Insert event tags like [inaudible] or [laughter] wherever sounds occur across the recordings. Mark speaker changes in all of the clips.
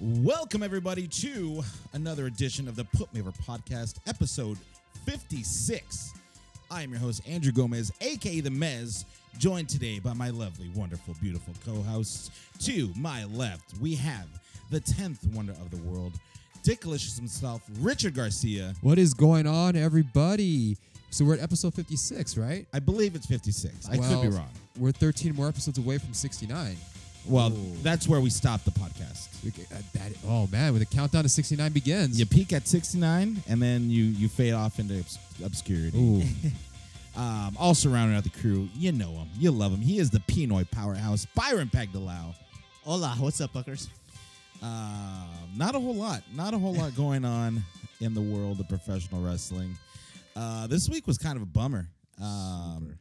Speaker 1: Welcome, everybody, to another edition of the Put Me Over Podcast, episode 56. I am your host, Andrew Gomez, aka The Mez, joined today by my lovely, wonderful, beautiful co hosts. To my left, we have the 10th wonder of the world, Dicklicious himself, Richard Garcia.
Speaker 2: What is going on, everybody? So we're at episode 56, right?
Speaker 1: I believe it's 56. I could
Speaker 2: Well,
Speaker 1: be wrong.
Speaker 2: We're 13 more episodes away from 69.
Speaker 1: Well,
Speaker 2: Ooh.
Speaker 1: that's where we stop the podcast.
Speaker 2: We c- uh, that- oh man, when the countdown to 69 begins.
Speaker 1: You peak at 69, and then you, you fade off into obs- obscurity.
Speaker 2: Ooh.
Speaker 1: [laughs] Um, also rounding out the crew, you know him, you love him. He is the Pinoy powerhouse, Byron Pagdalao.
Speaker 3: Hola, what's up, fuckers?
Speaker 1: Uh, not a whole lot, not a whole
Speaker 3: [laughs]
Speaker 1: lot going on in the world of professional wrestling. Uh, this week was kind of a bummer. Um,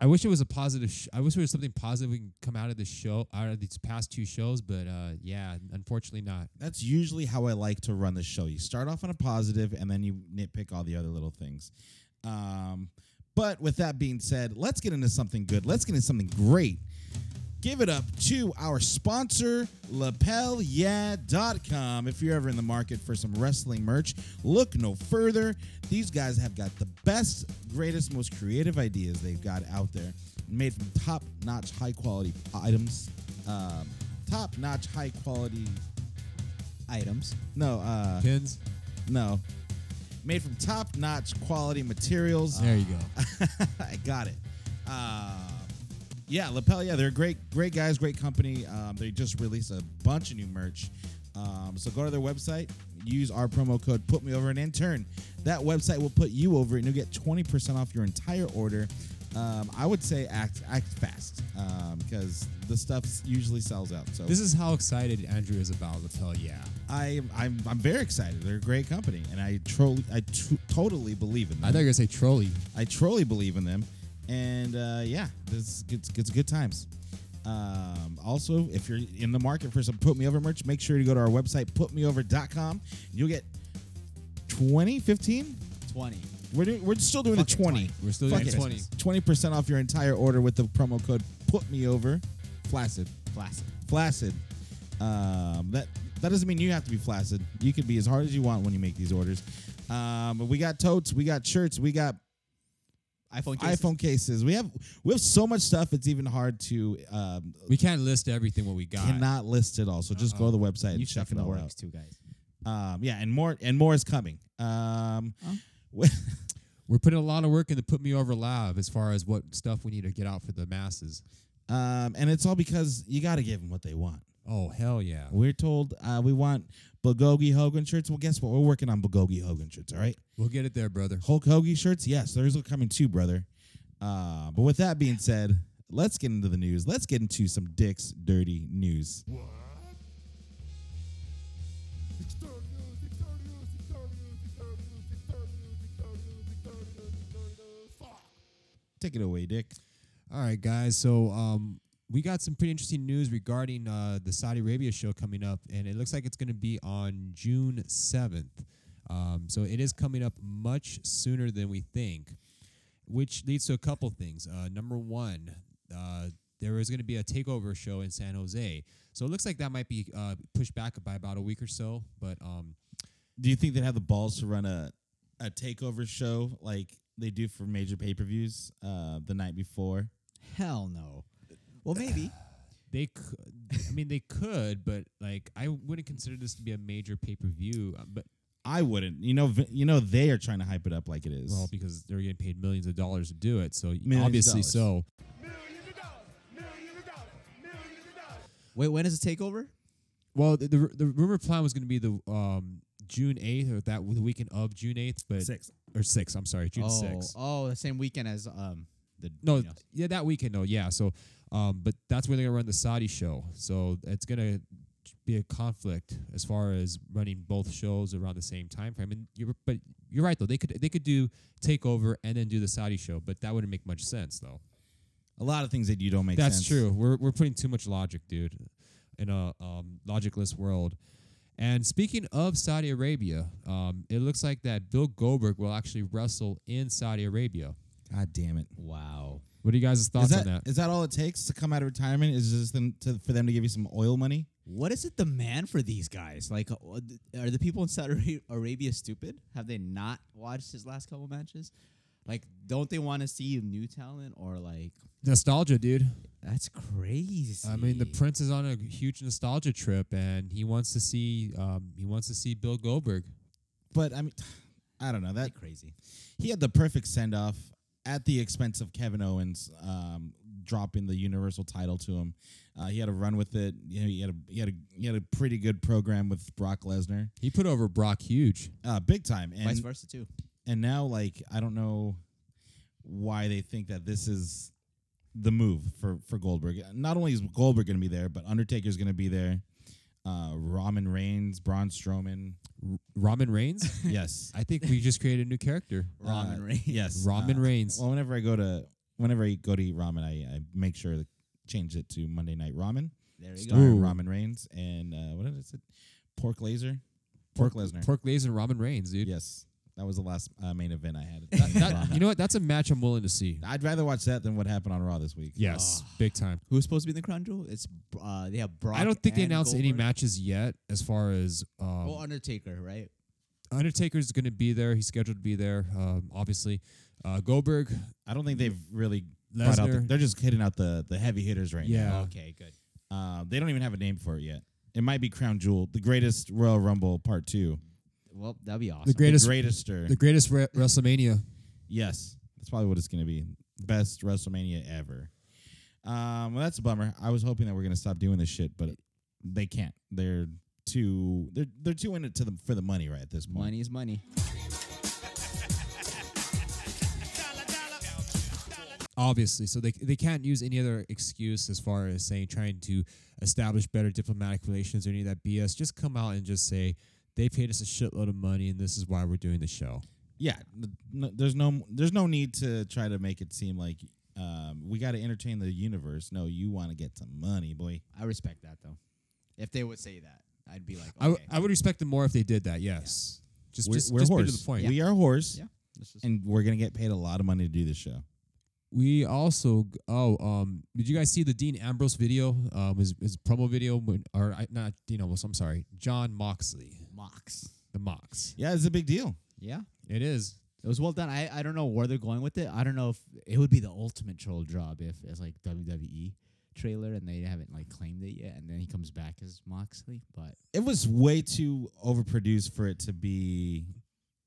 Speaker 2: I wish it was a positive. Sh- I wish there was something positive we can come out of this show, out of these past two shows, but uh, yeah, unfortunately not.
Speaker 1: that's usually how I like to run the show. You start off on a positive, and then you nitpick all the other little things. Um, but with that being said, let's get into something good. Let's get into something great. Give it up to our sponsor, lapelyeah.com. If you're ever in the market for some wrestling merch, look no further. These guys have got the best, greatest, most creative ideas they've got out there, made from top notch, high quality items. Um, top notch, high quality items. No, uh,
Speaker 2: Pins.
Speaker 1: no. Made from top notch quality materials.
Speaker 2: There you go.
Speaker 1: [laughs] I got it. Uh, yeah, Lapel. Yeah, they're great, great guys, great company. Um, they just released a bunch of new merch. Um, so go to their website, use our promo code, put me over an intern. That website will put you over, and you'll get twenty percent off your entire order. Um, I would say act act fast because the stuff usually sells out. So
Speaker 2: This is how excited Andrew is about Lapel. Yeah.
Speaker 1: I I'm, I'm very excited. They're a great company, and I tro- I t- totally believe in them.
Speaker 2: I thought you were gonna say trolley.
Speaker 1: I truly believe in them, and uh, yeah, this it's, it's good times. Um, also, if you're in the market for some Put Me Over merch, make sure to go to our website, putmeover.com. You'll get 20, 15?
Speaker 3: 20.
Speaker 1: We're, doing, we're still doing the
Speaker 3: Fuck it,
Speaker 1: 20.
Speaker 3: 20.
Speaker 2: We're still
Speaker 1: Fuck
Speaker 2: doing
Speaker 1: it.
Speaker 2: 20.
Speaker 1: 20% off your entire order with the promo code Put Me Over. Flaccid.
Speaker 3: Classic.
Speaker 1: Flaccid. Um, that, that doesn't mean you have to be flaccid. You can be as hard as you want when you make these orders. Um, but we got totes, we got shirts, we got
Speaker 3: iPhone cases.
Speaker 1: iPhone cases. We have we have so much stuff. It's even hard to um,
Speaker 2: We can't list everything what we got.
Speaker 1: cannot list it all. So just go to the website
Speaker 3: You
Speaker 1: and
Speaker 3: stuff
Speaker 1: check it
Speaker 3: in the
Speaker 1: all
Speaker 3: works
Speaker 1: out.
Speaker 3: too, guys.
Speaker 1: Um, yeah, and more and more is coming. Um,
Speaker 3: Huh?
Speaker 1: we- [laughs]
Speaker 2: We're putting a lot of work in the Put Me Over Lab as far as what stuff we need to get out for the masses.
Speaker 1: um, and it's all because you got to give them what they want.
Speaker 2: Oh hell yeah!
Speaker 1: We're told uh, we want Bulgogi Hogan shirts. Well, guess what? We're working on Bulgogi Hogan shirts. All right,
Speaker 2: We'll get it there, brother.
Speaker 1: Hulk Hogan shirts. Yes, those are coming too, brother. Uh, but with that being said, let's get into the news. Let's get into some Dick's dirty news. Take it away, Dick.
Speaker 2: All right, guys. So um, we got some pretty interesting news regarding uh, the Saudi Arabia show coming up, and it looks like it's going to be on June seventh. Um, so it is coming up much sooner than we think, which leads to a couple things. Uh, number one, uh, there is going to be a takeover show in San Jose, so it looks like that might be uh, pushed back by about a week or so. But um,
Speaker 1: Do you think they'd have the balls to run a a takeover show like they do for major pay per views uh, the night before?
Speaker 3: Hell no. Well, maybe.
Speaker 2: They, c- I mean, they could, but like, I wouldn't consider this to be a major pay per view. But
Speaker 1: I wouldn't. You know, vi- you know they are trying to hype it up like it is.
Speaker 2: well, because they're getting paid millions of dollars to do it, so
Speaker 1: of
Speaker 2: obviously
Speaker 1: dollars.
Speaker 2: so.
Speaker 4: Millions of dollars, millions of dollars, millions of dollars.
Speaker 3: Wait, when is the takeover?
Speaker 2: Well, the the, the rumor plan was going to be the um June eighth or that w- the weekend of June eighth, but or six. I'm sorry, June
Speaker 3: oh,
Speaker 2: sixth.
Speaker 3: oh, the same weekend as um the
Speaker 2: No,
Speaker 3: you know,
Speaker 2: yeah, that weekend. No, yeah. So, um, but that's where they're gonna run the Saudi show. So it's gonna be a conflict as far as running both shows around the same time frame. And you're, but you're right though. They could they could do takeover and then do the Saudi show, but that wouldn't make much sense though.
Speaker 1: a lot of things that you don't make.
Speaker 2: That's
Speaker 1: sense.
Speaker 2: true. We're we're putting too much logic, dude, in a um, logicless world. And speaking of Saudi Arabia, um, it looks like that Bill Goldberg will actually wrestle in Saudi Arabia.
Speaker 1: God damn it.
Speaker 3: wow.
Speaker 2: What are you guys'
Speaker 1: Is
Speaker 2: thoughts
Speaker 1: that,
Speaker 2: on that?
Speaker 1: is that all it takes to come out of retirement? Is just them to, for them to give you some oil money? What is it demand for these guys? Like, uh, what- are the people in Saudi Arabia stupid? Have they not watched his last couple matches? Like, don't they want to see new talent or like?
Speaker 2: Nostalgia, dude.
Speaker 1: That's crazy.
Speaker 2: I mean, the prince is on a huge nostalgia trip, and he wants to see um, he wants to see Bill Goldberg.
Speaker 5: But I mean, [sighs] I don't know that
Speaker 1: Like crazy.
Speaker 5: he had the perfect send off at the expense of Kevin Owens um, dropping the Universal title to him. Uh, he had a run with it. You know, he had a he had a he had a pretty good program with Brock Lesnar,
Speaker 2: He put over Brock huge.
Speaker 5: uh, big time. And
Speaker 1: Vice versa too.
Speaker 5: and now like I don't know why they think that this is the move for for Goldberg. Not only is Goldberg going to be there, but Undertaker's going to be there. Uh, Roman Reigns, Braun
Speaker 1: [laughs]
Speaker 5: Strowman,
Speaker 2: Ramen Reigns.
Speaker 5: yes,
Speaker 2: I think we just created a new character.
Speaker 1: Ramen
Speaker 5: Uh,
Speaker 1: Reigns.
Speaker 5: yes,
Speaker 2: Ramen
Speaker 5: uh,
Speaker 2: Reigns.
Speaker 5: Well, whenever I go to whenever I go to eat ramen, I, I make sure to change it to Monday Night Ramen.
Speaker 1: There you go.
Speaker 5: Starring
Speaker 2: Ooh.
Speaker 5: Ramen Reigns and uh, what is it? Pork Laser. Pork, Lesnar.
Speaker 2: Pork Lays and Ramen Reigns, dude.
Speaker 5: Yes, that was the last uh, main event I had.
Speaker 2: That- that- you know what? That's a match I'm willing to see.
Speaker 5: I'd rather watch that than what happened on Raw this week.
Speaker 2: Yes, big time.
Speaker 1: Who's supposed to be in the crown jewel? It's uh, they have Brock.
Speaker 2: I don't think they
Speaker 1: and
Speaker 2: announced any
Speaker 1: Goldberg.
Speaker 2: matches yet. As far as um,
Speaker 1: Well, Undertaker, right?
Speaker 2: Undertaker's going to be there, he's scheduled to be there. Um, obviously, uh, Goldberg.
Speaker 5: I don't think they've really. brought out the-
Speaker 2: Lesnar.
Speaker 5: they're just hitting out the the heavy hitters right
Speaker 2: Yeah.
Speaker 1: Okay, good.
Speaker 5: now. Uh, they don't even have a name for it yet. It might be Crown Jewel, the greatest Royal Rumble Part Two,
Speaker 1: Well, that'd be awesome.
Speaker 2: The greatest,
Speaker 5: the greatester.
Speaker 2: the greatest re- WrestleMania.
Speaker 5: Yes, that's probably what it's going to be. Best WrestleMania ever. Um, well, that's a bummer. I was hoping that we're going to stop doing this shit, but they can't. They're too they're they're too in it to the for the money right at this point.
Speaker 1: money is money.
Speaker 2: obviously so they they can't use any other excuse as far as saying trying to establish better diplomatic relations or any of that BS just come out and just say they paid us a shitload of money and this is why we're doing the show
Speaker 5: Yeah, n- n- there's no there's no need to try to make it seem like um, we got to entertain the universe. No, you want to get some money, boy.
Speaker 1: I respect that though. If they would say that, I'd be like, okay,
Speaker 2: I I, w- I would respect them more if they did that yes just
Speaker 5: We're,
Speaker 2: just,
Speaker 5: we're
Speaker 2: just be
Speaker 5: horse.
Speaker 2: to the point
Speaker 5: We are horse,
Speaker 1: Yeah. This is-
Speaker 5: and we're gonna get paid a lot of money to do this show.
Speaker 2: we also g- oh um did you guys see the Dean Ambrose video um his, his promo video when, or I, not Dean Ambrose I'm sorry John Moxley
Speaker 1: Mox.
Speaker 2: the Mox
Speaker 5: Yeah, it's a big deal.
Speaker 1: Yeah,
Speaker 2: it is
Speaker 1: it was well done. I, I don't know where they're going with it. I don't know if it would be the ultimate troll job if it's like WWE trailer and they haven't like claimed it yet, and then he comes back as Moxley, but
Speaker 5: It was way too overproduced for it to be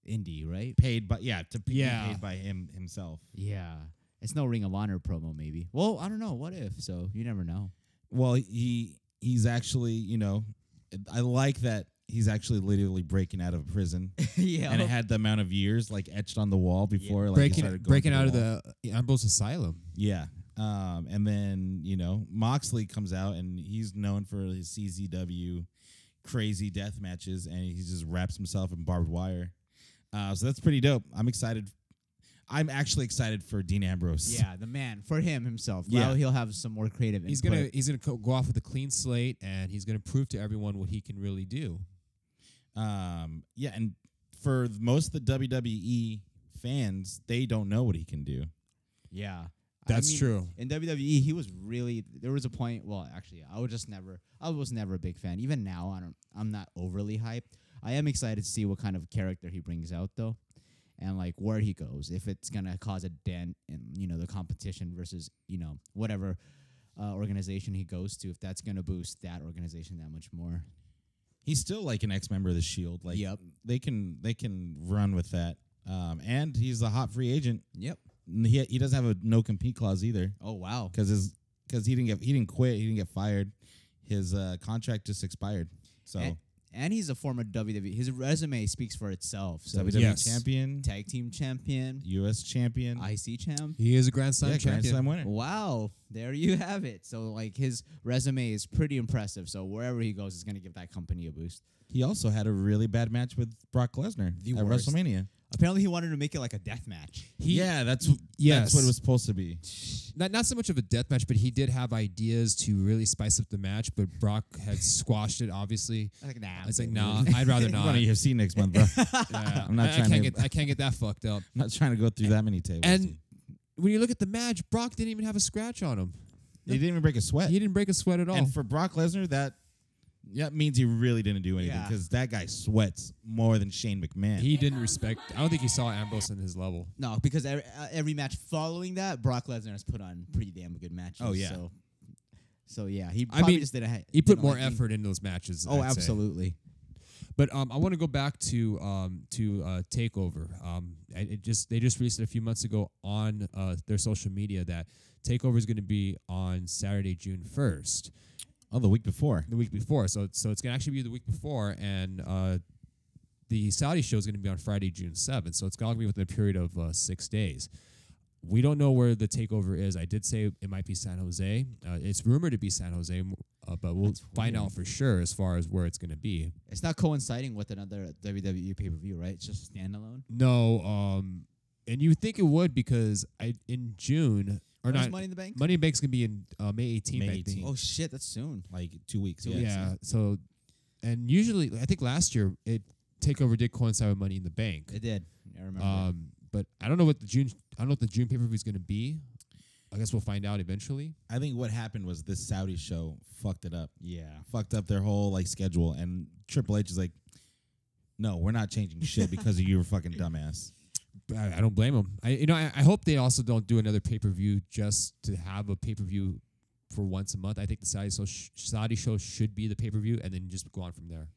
Speaker 1: indie, right?
Speaker 5: paid by yeah to be
Speaker 2: Yeah.
Speaker 5: paid by him himself.
Speaker 1: Yeah, it's no Ring of Honor promo, maybe. Well, I don't know. What if? So you never know.
Speaker 5: Well, he he's actually you know, I like that he's actually literally breaking out of prison, [laughs]
Speaker 1: [laughs] yeah,
Speaker 5: and it had the amount of years like etched on the wall before like it
Speaker 2: breaking
Speaker 5: started going
Speaker 2: breaking
Speaker 5: through
Speaker 2: out of
Speaker 5: wall.
Speaker 2: the uh, Ambrose Asylum
Speaker 5: yeah. Um, and then you know Moxley comes out and he's known for his CZW crazy death matches, and he just wraps himself in barbed wire. Uh, so that's pretty dope. I'm excited. I'm actually excited for Dean Ambrose.
Speaker 1: yeah, the man for him himself.
Speaker 5: Yeah.
Speaker 1: Yeah, he'll have some more creative.
Speaker 2: he's
Speaker 1: input.
Speaker 2: gonna he's gonna co- go off with a clean slate and he's gonna prove to everyone what he can really do.
Speaker 5: Um, yeah, and for th- most of the WWE fans, they don't know what he can do.
Speaker 1: Yeah. I
Speaker 2: That's
Speaker 1: mean,
Speaker 2: true.
Speaker 1: In WWE, he was really there was a point, well, actually, I was just never I was never a big fan. Even now, I don't I'm not overly hyped. I am excited to see what kind of character he brings out though and like where he goes. If it's going to cause a dent in, you know, the competition versus, you know, whatever uh, organization he goes to, if that's going to boost that organization that much more.
Speaker 5: He's still like an ex member of the Shield. Like,
Speaker 1: Yep.
Speaker 5: they can they can run with that. Um, and he's a hot free agent.
Speaker 1: Yep.
Speaker 5: N- He he doesn't have a no compete clause either
Speaker 1: Oh wow.
Speaker 5: because his because he didn't get he didn't quit. He didn't get fired. His uh, contract just expired. So
Speaker 1: And, and he's a former WWE. His resume speaks for itself. So
Speaker 5: WWE
Speaker 2: Yes.
Speaker 5: E champion,
Speaker 1: tag team champion,
Speaker 5: U.S. champion,
Speaker 1: IC champ.
Speaker 2: He is a Grand Slam
Speaker 5: yeah,
Speaker 2: champion.
Speaker 5: Grand Slam winner.
Speaker 1: Wow, there you have it. So like his resume is pretty impressive. So wherever he goes, it's gonna give that company a boost.
Speaker 5: He also had a really bad match with Brock Lesnar
Speaker 1: The
Speaker 5: at
Speaker 1: worst.
Speaker 5: WrestleMania.
Speaker 1: Apparently, he wanted to make it like a death match.
Speaker 5: yeah, that's
Speaker 2: yes.
Speaker 5: that's what it was supposed to be.
Speaker 2: Not not so much of a death match, but he did have ideas to really spice up the match. But Brock had squashed it. Obviously,
Speaker 1: I was like, nah, I'm
Speaker 2: it's like
Speaker 1: good.
Speaker 2: nah, I'd [laughs] rather
Speaker 5: I'm
Speaker 2: not.
Speaker 5: going to UFC next month, bro.
Speaker 2: Yeah.
Speaker 5: I'm not
Speaker 2: I, I
Speaker 5: trying
Speaker 2: can't
Speaker 5: to-
Speaker 2: get I can't get that fucked up.
Speaker 5: I'm not trying to go through that many tables.
Speaker 2: And
Speaker 5: dude.
Speaker 2: when you look at the match, Brock didn't even have a scratch on him.
Speaker 5: he didn't even break a sweat.
Speaker 2: He didn't break a sweat at all.
Speaker 5: And for Brock Lesnar, that Yeah, it means he really didn't do anything
Speaker 1: Yeah.
Speaker 5: because that guy sweats more than Shane McMahon.
Speaker 2: He didn't respect. I don't think he saw Ambrose on his level.
Speaker 1: No, because every, uh, every match following that, Brock Lesnar has put on pretty damn good matches.
Speaker 5: Oh, yeah.
Speaker 1: So, so yeah, he
Speaker 2: I
Speaker 1: probably
Speaker 2: mean,
Speaker 1: just didn't. Ha-
Speaker 2: He put
Speaker 1: didn't
Speaker 2: more
Speaker 1: like being-
Speaker 2: effort into those matches.
Speaker 1: Oh,
Speaker 2: I'd say.
Speaker 1: absolutely.
Speaker 2: But um, I want to go back to um, to uh, Takeover. Um, I- it just they just released it a few months ago on uh, their social media that Takeover is going to be on Saturday, June first,
Speaker 5: oh, the week before.
Speaker 2: the week before. So it's- so it's going to actually be the week before, and uh, the Saudi show is going to be on Friday, June seventh. So it's going to be within a period of uh, six days. We don't know where the takeover is. I did say it might be San Jose. Uh, it's rumored to be San Jose, uh, but we'll find out for sure as far as where it's going to be.
Speaker 1: It's not coinciding with another WWE pay per view, right? It's just standalone.
Speaker 2: No, um, and you think it would because I in June or
Speaker 1: When's
Speaker 2: not
Speaker 1: Money in the Bank?
Speaker 2: Money in Bank's gonna be in uh, May 18th.
Speaker 5: May
Speaker 2: I think.
Speaker 5: 18th.
Speaker 1: Oh shit, that's soon.
Speaker 5: Like two weeks.
Speaker 2: yeah. So, and usually I think last year it takeover did coincide with Money in the Bank.
Speaker 1: It did. I remember.
Speaker 2: Um, but I don't know what the June I don't know what the June pay per view is gonna be. I guess we'll find out eventually.
Speaker 5: I think what happened was this Saudi show fucked it up.
Speaker 1: yeah.
Speaker 5: Fucked up their whole like schedule, and Triple H is like, "No, we're not changing shit because of you, fucking dumbass."
Speaker 2: But I, I don't blame them. I you know I, I hope they also don't do another pay per view just to have a pay per view for once a month. I think the Saudi show, Saudi show should be the pay per view and then just go on from there.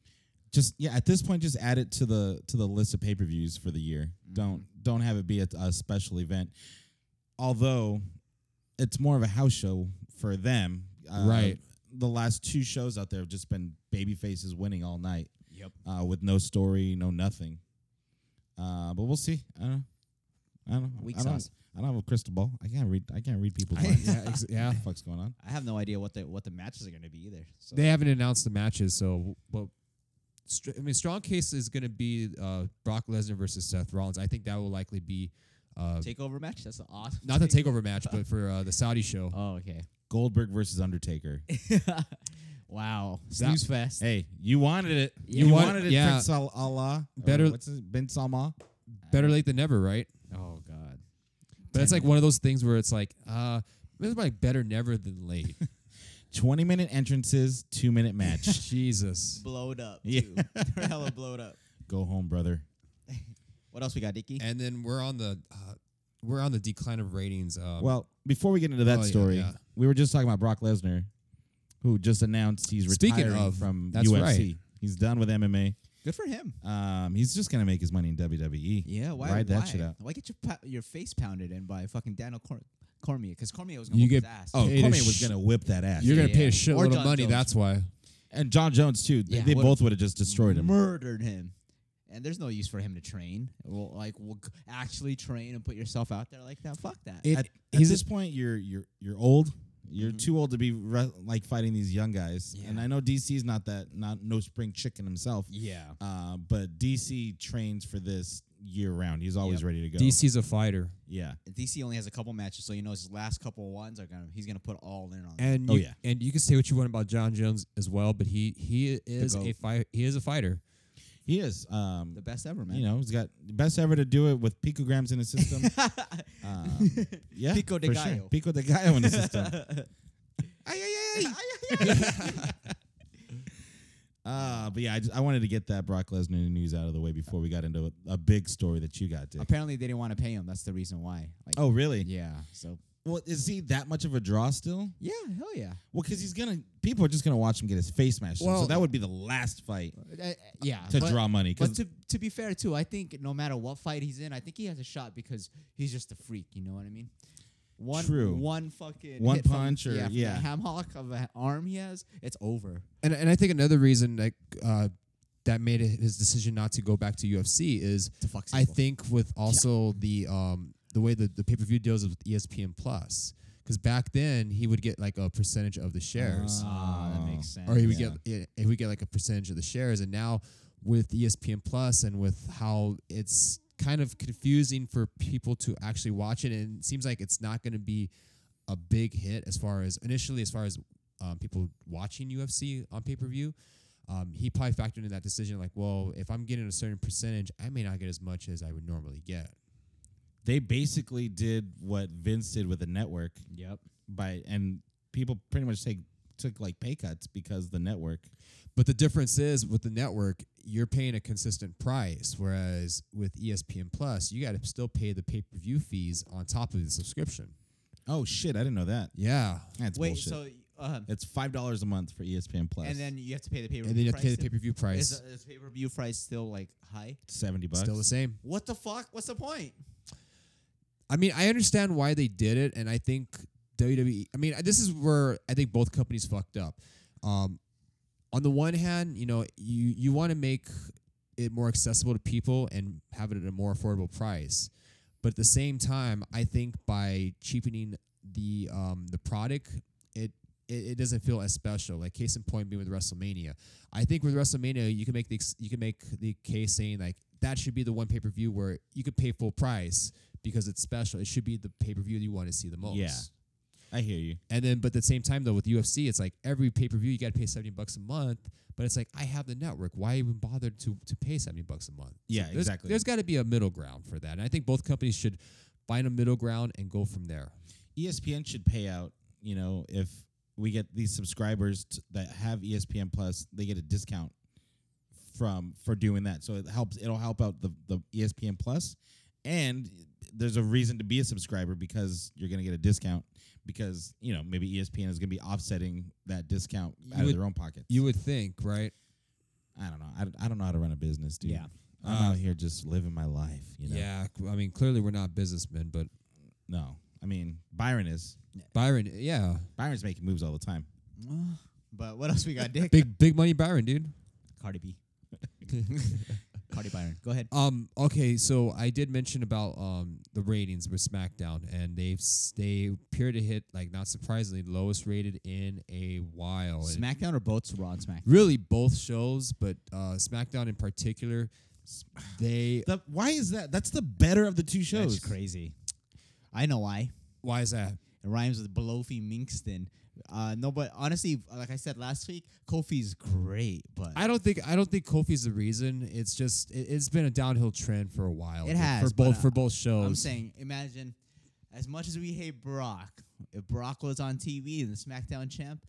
Speaker 5: Just yeah, at this point, just add it to the to the list of pay per views for the year.
Speaker 2: Mm-hmm.
Speaker 5: Don't don't have it be a, a special event. Although it's more of a house show for them, Uh,
Speaker 2: Right.
Speaker 5: The last two shows out there have just been baby faces winning all night.
Speaker 1: Yep.
Speaker 5: uh, with no story, no nothing. Uh, but we'll see. I don't know. I don't know.
Speaker 1: Weak
Speaker 5: I don't,
Speaker 1: sauce.
Speaker 5: I don't have a crystal ball. I can't read. I can't read people's
Speaker 2: I-
Speaker 5: minds.
Speaker 2: [laughs] yeah, ex- yeah.
Speaker 5: What the fuck's going on?
Speaker 1: I have no idea what the what the matches are going to be either. So.
Speaker 2: They haven't announced the matches, so but str- I mean, strong case is going to be uh, Brock Lesnar versus Seth Rollins. I think that will likely be uh,
Speaker 1: Takeover match. That's an awesome.
Speaker 2: not the
Speaker 1: take-
Speaker 2: takeover match, but for uh, the Saudi show.
Speaker 1: Oh okay. [laughs]
Speaker 5: Goldberg versus Undertaker.
Speaker 1: wow.
Speaker 2: That-
Speaker 1: Snooze fest.
Speaker 5: hey, you wanted it.
Speaker 1: You
Speaker 5: You
Speaker 2: want-
Speaker 5: wanted it,
Speaker 2: yeah.
Speaker 5: Prince Al- Allah. Or
Speaker 2: Better-
Speaker 5: What's his, Bin Salma.
Speaker 2: Better late than never, right?
Speaker 1: Oh god.
Speaker 2: But it's like one of those things where it's like, uh, it's like better never than late.
Speaker 1: [laughs]
Speaker 5: Twenty minute entrances, two minute match.
Speaker 2: Jesus.
Speaker 1: Blowed up.
Speaker 5: Yeah.
Speaker 1: Too. [laughs] They're hella blowed up.
Speaker 5: [laughs] Go home, brother.
Speaker 1: What else we got, Dicky?
Speaker 2: And then we're on the uh, we're on the decline of ratings. Um,
Speaker 5: Well, before we get into that
Speaker 2: Oh, yeah,
Speaker 5: story,
Speaker 2: yeah.
Speaker 5: we were just talking about Brock Lesnar, who just announced he's
Speaker 2: Speaking
Speaker 5: retiring
Speaker 2: of,
Speaker 5: from
Speaker 2: that's
Speaker 5: UFC.
Speaker 2: right.
Speaker 5: He's done with MMA.
Speaker 1: Good for him.
Speaker 5: Um, he's just gonna make his money in WWE.
Speaker 1: Yeah, why?
Speaker 5: Ride that
Speaker 1: why?
Speaker 5: shit out.
Speaker 1: Why get your pa- your face pounded in by fucking Daniel Cor- Cormier? Because Cormier was gonna
Speaker 2: You
Speaker 1: whoop
Speaker 2: get-
Speaker 1: his ass.
Speaker 5: Oh,
Speaker 2: Paid
Speaker 5: Cormier
Speaker 2: a
Speaker 5: was
Speaker 2: sh-
Speaker 5: gonna whip that ass,
Speaker 2: you're gonna pay a
Speaker 1: Yeah. Or
Speaker 2: shitload of
Speaker 1: John
Speaker 2: money.
Speaker 1: Jones.
Speaker 2: That's why.
Speaker 5: and John Jones too. They,
Speaker 1: Yeah,
Speaker 5: they
Speaker 1: what-
Speaker 5: both would have just destroyed him.
Speaker 1: murdered him. And there's no use for him to train. Well, like, well, g- actually train and put yourself out there like that. Fuck that.
Speaker 5: At, at this point, you're you're you're old. You're too old to be re- like fighting these young guys. And
Speaker 1: Mm-hmm. Yeah.
Speaker 5: I know DC's not that not no spring chicken himself.
Speaker 1: yeah.
Speaker 5: Uh, but DC trains for this year round. He's always
Speaker 1: Yep.
Speaker 5: ready to go.
Speaker 2: DC's a fighter,
Speaker 5: Yeah.
Speaker 1: DC only has a couple matches, so you know his last couple ones are gonna. He's gonna put all in on. it.
Speaker 2: and
Speaker 5: Oh,
Speaker 2: you-
Speaker 5: yeah.
Speaker 2: and you can say what you want about John Jones as well, but he he is a
Speaker 1: goat.
Speaker 2: fi- he is a fighter.
Speaker 5: He is. Um,
Speaker 1: the best ever, man. [laughs]
Speaker 5: you know, he's got best ever to do it with picograms in his system. um, yeah,
Speaker 1: Pico de
Speaker 5: for sure.
Speaker 1: gallo.
Speaker 5: Pico de gallo in the system.
Speaker 1: [laughs]
Speaker 5: Ay, ay, ay. Uh, but yeah, I, just, I wanted to get that Brock Lesnar news out of the way before we got into a, a big story that you got, Dick.
Speaker 1: Apparently they didn't want to pay him. That's the reason why. Like,
Speaker 5: Oh, really?
Speaker 1: yeah. So
Speaker 5: Well, is he that much of a draw still?
Speaker 1: yeah, hell yeah.
Speaker 5: Well, because he's gonna, people are just gonna watch him get his face smashed. in, so
Speaker 2: Well-
Speaker 5: that would be the last fight
Speaker 1: Uh, yeah.
Speaker 5: to
Speaker 1: but-
Speaker 5: draw money.
Speaker 1: But
Speaker 5: Because
Speaker 1: to to be fair too, I think no matter what fight he's in, I think he has a shot because he's just a freak. You know what I mean? One
Speaker 5: True.
Speaker 1: one fucking
Speaker 5: One
Speaker 1: hit from-
Speaker 5: punch or-
Speaker 1: yeah, from
Speaker 5: yeah.
Speaker 1: the ham hock of an arm he has, it's over.
Speaker 2: And and I think another reason that uh, that made it his decision not to go back to UFC is
Speaker 1: To fuck
Speaker 2: I
Speaker 1: people.
Speaker 2: think with also the um the way the, the pay per view deals with E ESPN Plus because back then he would get like a percentage of the shares.
Speaker 1: Ah, that makes
Speaker 5: Oh.
Speaker 1: sense.
Speaker 2: or he would
Speaker 5: Yeah.
Speaker 2: get yeah, he would get like a percentage of the shares. And now with E ESPN Plus and with how it's kind of confusing for people to actually watch it, and it seems like it's not going to be a big hit as far as initially as far as um, people watching UFC on pay per view. Um, he probably factored in that decision like, well, if I'm getting a certain percentage, I may not get as much as I would normally get.
Speaker 5: they basically did what Vince did with the network
Speaker 1: Yep.
Speaker 5: by, and people pretty much take took like pay cuts because the network.
Speaker 2: But the difference is with the network, you're paying a consistent price, whereas with E ESPN Plus, you got to still pay the pay per view fees on top of the subscription.
Speaker 5: Oh shit, I didn't know that.
Speaker 2: Yeah,
Speaker 5: That's
Speaker 1: Wait,
Speaker 5: bullshit.
Speaker 1: so uh,
Speaker 5: it's five dollars a month for E ESPN Plus,
Speaker 1: and then you have to pay the pay per
Speaker 2: and then you have to pay the pay per view
Speaker 1: Is,
Speaker 2: price.
Speaker 1: is pay per view price still like high?
Speaker 5: seventy bucks.
Speaker 2: Still the same.
Speaker 1: What the fuck? What's the point?
Speaker 2: I mean, I understand why they did it, and I think WWE. I mean, this is where I think both companies fucked up. Um, on the one hand, you know, you you want to make it more accessible to people and have it at a more affordable price, but at the same time, I think by cheapening the um, the product, it, it it doesn't feel as special. Like case in point, being with WrestleMania, I think with WrestleMania, you can make the ex- you can make the case saying like that should be the one pay per view where you could pay full price because it's special. It should be the pay per view you want to see the most.
Speaker 5: Yeah. I hear you.
Speaker 2: And then, but at the same time, though, with UFC, it's like every pay per view you got to pay seventy bucks a month. But it's like I have the network. Why even bother to to pay seventy bucks a month?
Speaker 5: Yeah,
Speaker 2: there's-
Speaker 5: exactly.
Speaker 2: There's got to be a middle ground for that, and I think both companies should find a middle ground and go from there.
Speaker 5: ESPN should pay out. You know, if we get these subscribers t- that have E ESPN Plus, they get a discount from for doing that. So it helps. It'll help out the the E ESPN Plus, and there's a reason to be a subscriber because you're gonna get a discount because you know maybe E ESPN is gonna be offsetting that discount out of
Speaker 2: would-
Speaker 5: their own pockets.
Speaker 2: You would think, right?
Speaker 5: I don't know. I, don't- I don't know how to run a business, dude.
Speaker 1: Yeah.
Speaker 5: I'm out here just living my life. You know.
Speaker 2: Um, Yeah, I mean, clearly we're not businessmen, but
Speaker 5: No, I mean Byron is.
Speaker 2: Byron, yeah,
Speaker 5: Byron's making moves all the time.
Speaker 1: But what else we got,
Speaker 5: [laughs]
Speaker 1: Dick?
Speaker 2: big big money Byron, dude.
Speaker 1: Cardi B. Cardi Byron. Go
Speaker 5: Oh,
Speaker 1: ahead.
Speaker 2: Um. Okay. So I did mention about um the ratings with SmackDown, and they've s- they appear to hit like not surprisingly lowest rated in a while. And
Speaker 1: SmackDown or both Raw and SmackDown?
Speaker 2: really, both shows, but uh, SmackDown in particular, they.
Speaker 5: The, why is that? That's the better of the two shows.
Speaker 1: That's crazy. I know why.
Speaker 2: Why is that?
Speaker 1: It rhymes with Belofi Minkston. Uh, no, but honestly, like I said last week, Kofi's great, but
Speaker 2: I don't think I don't think Kofi's the reason. It's just it, it's been a downhill trend for a while.
Speaker 1: It
Speaker 2: dude,
Speaker 1: has,
Speaker 2: for
Speaker 1: but,
Speaker 2: both
Speaker 1: uh,
Speaker 2: for both shows.
Speaker 1: I'm saying, imagine as much as we hate Brock, if Brock was on TV and the SmackDown champ,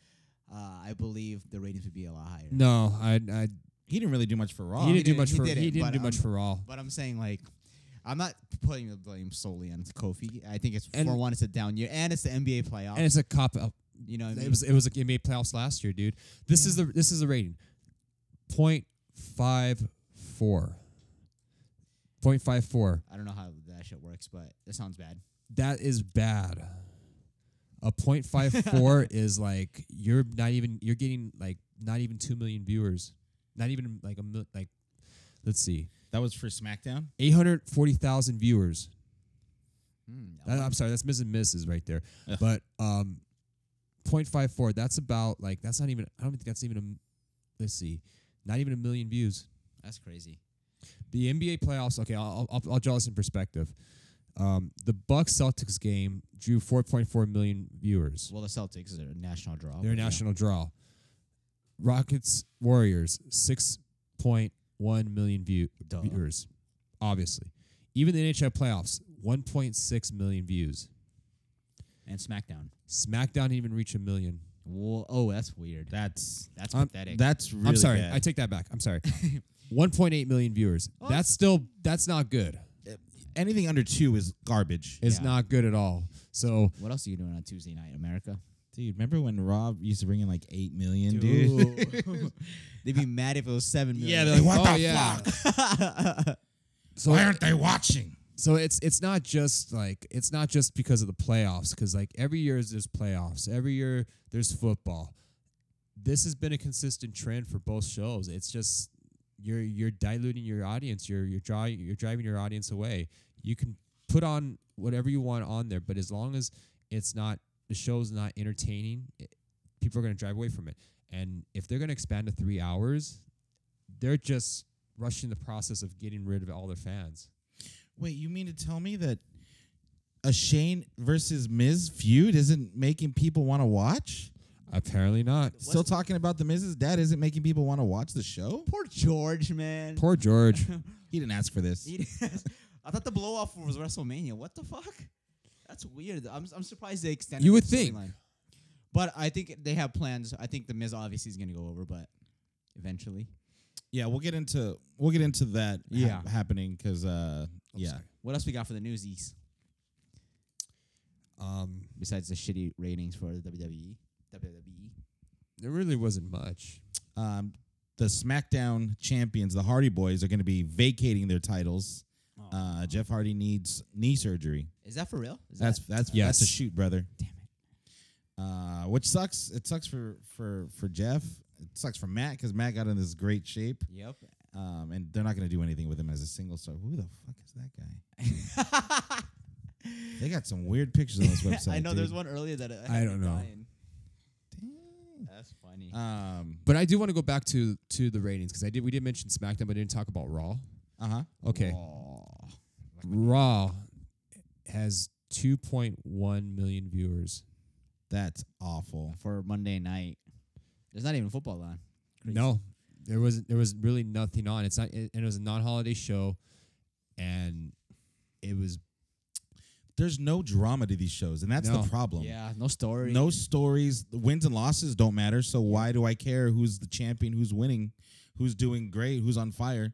Speaker 1: uh, I believe the ratings would be a lot higher.
Speaker 2: no, I, I
Speaker 5: He didn't really do much for Raw.
Speaker 2: he didn't do
Speaker 1: didn't-
Speaker 2: much
Speaker 1: he
Speaker 2: for
Speaker 1: didn't,
Speaker 2: he
Speaker 1: but,
Speaker 2: didn't do much
Speaker 1: um,
Speaker 2: for all.
Speaker 1: But I'm saying like I'm not putting the blame solely on Kofi. I think it's
Speaker 2: And-
Speaker 1: for one, it's a down year, and it's the NBA playoffs.
Speaker 2: And it's a cop out.
Speaker 1: you know, what I
Speaker 2: It
Speaker 1: mean?
Speaker 2: was it was like NBA playoffs last year, dude. This is the this is the rating. Point five four. Point five four.
Speaker 1: I don't know how that shit works, but that sounds bad.
Speaker 2: That is bad. A point five four is like you're not even you're getting like not even two million viewers. Not even like a mil- like let's see.
Speaker 5: That was for SmackDown.
Speaker 2: Eight hundred forty thousand viewers.
Speaker 1: Mm,
Speaker 2: That- I'm sorry, that's Ms. and Mrs. right there. But um, 0.54, that's about like that's not even. I don't think that's even a. m- Let's see, not even a million views.
Speaker 1: that's crazy.
Speaker 2: The NBA playoffs. Okay, I'll I'll, I'll draw this in perspective. Um, the Bucks Celtics game drew 4.4 million viewers.
Speaker 1: Well, the Celtics are a national draw.
Speaker 2: Their
Speaker 1: but yeah.
Speaker 2: national draw. Rockets Warriors 6.1 million view-
Speaker 1: Duh.
Speaker 2: viewers. Obviously, even the NHL playoffs 1.6 million views.
Speaker 1: and SmackDown.
Speaker 2: SmackDown didn't even reach a million.
Speaker 1: Whoa, oh, that's weird.
Speaker 5: That's
Speaker 1: that's
Speaker 2: I'm-
Speaker 1: pathetic.
Speaker 5: Um, that's really
Speaker 2: I'm sorry.
Speaker 5: bad.
Speaker 2: I take that back. I'm sorry. 1.8 million viewers.
Speaker 1: Well,
Speaker 2: That's still that's not good.
Speaker 5: Anything under two is garbage.
Speaker 2: It's
Speaker 1: Yeah.
Speaker 2: not good at all. So
Speaker 1: what else are you doing on Tuesday night, America?
Speaker 5: dude, remember when Raw used to bring in like eight million, dude?
Speaker 1: Dude. [laughs] They'd be mad if it was seven million.
Speaker 5: [laughs] Yeah, they're like, what
Speaker 2: Oh,
Speaker 5: the
Speaker 2: yeah.
Speaker 5: fuck?
Speaker 2: so
Speaker 5: Why aren't they watching?
Speaker 2: so it's it's not just like it's not just because of the playoffs because like every year there's playoffs. Every year there's football. This has been a consistent trend for both shows. It's just you're you're diluting your audience. You're you're drawing you're driving your audience away. You can put on whatever you want on there, but as long as it's not the show's not entertaining, it, people are going to drive away from it. And if they're going to expand to three hours, they're just rushing the process of getting rid of all their fans.
Speaker 5: Wait, you mean to tell me that a Shane versus Miz feud isn't making people want to watch?
Speaker 2: Apparently not.
Speaker 5: Still talking about the Miz's dad isn't making people want to watch the show?
Speaker 1: [laughs] Poor George, man.
Speaker 2: Poor George.
Speaker 5: He didn't ask for this.
Speaker 1: [laughs] He- I thought the blow off was WrestleMania. What the fuck? That's weird. I'm I'm surprised they extended.
Speaker 2: You would
Speaker 1: the
Speaker 2: think.
Speaker 1: storyline. But I think they have plans. I think the Miz obviously is gonna go over, but eventually.
Speaker 5: Yeah, we'll get into we'll get into that hap-
Speaker 1: Yeah.
Speaker 5: happening because uh yeah
Speaker 2: sorry.
Speaker 1: What else we got for the newsies
Speaker 2: Um,
Speaker 1: besides the shitty ratings for the E? WWE? WWE.
Speaker 2: there really wasn't much.
Speaker 5: um the SmackDown champions the Hardy Boys are going to be vacating their titles.
Speaker 1: Oh.
Speaker 5: Uh, Jeff Hardy needs knee surgery.
Speaker 1: Is that for real? Is
Speaker 5: That's
Speaker 1: that,
Speaker 5: that's that's a
Speaker 2: Yes.
Speaker 5: shoot, brother.
Speaker 1: damn it.
Speaker 5: Uh, which sucks. It sucks for for for Jeff. It sucks for Matt because Matt got in this great shape.
Speaker 1: Yep. [laughs]
Speaker 5: Um, and they're not going to do anything with him as a single star. Who the fuck is that guy?
Speaker 1: [laughs]
Speaker 5: they got some weird pictures on this website.
Speaker 1: I know there's
Speaker 5: dude.
Speaker 1: one earlier that it
Speaker 2: I
Speaker 1: had
Speaker 2: don't
Speaker 1: me
Speaker 2: know.
Speaker 1: dying. That's funny.
Speaker 5: Um.
Speaker 2: But I do want to go back to to the ratings because I did we did mention SmackDown, but I didn't talk about Raw.
Speaker 5: Uh huh.
Speaker 2: Okay. Raw has 2.1 million viewers.
Speaker 5: That's awful.
Speaker 1: for Monday night, there's not even football on. Crazy.
Speaker 2: No, there was there was really nothing on. It's not, it, and it was a non-holiday show, and it was
Speaker 5: There's no drama to these shows, and that's
Speaker 2: No.
Speaker 5: the problem.
Speaker 1: Yeah, no story.
Speaker 5: No stories. The wins and losses don't matter. So why do I care who's the champion, who's winning, who's doing great, who's on fire?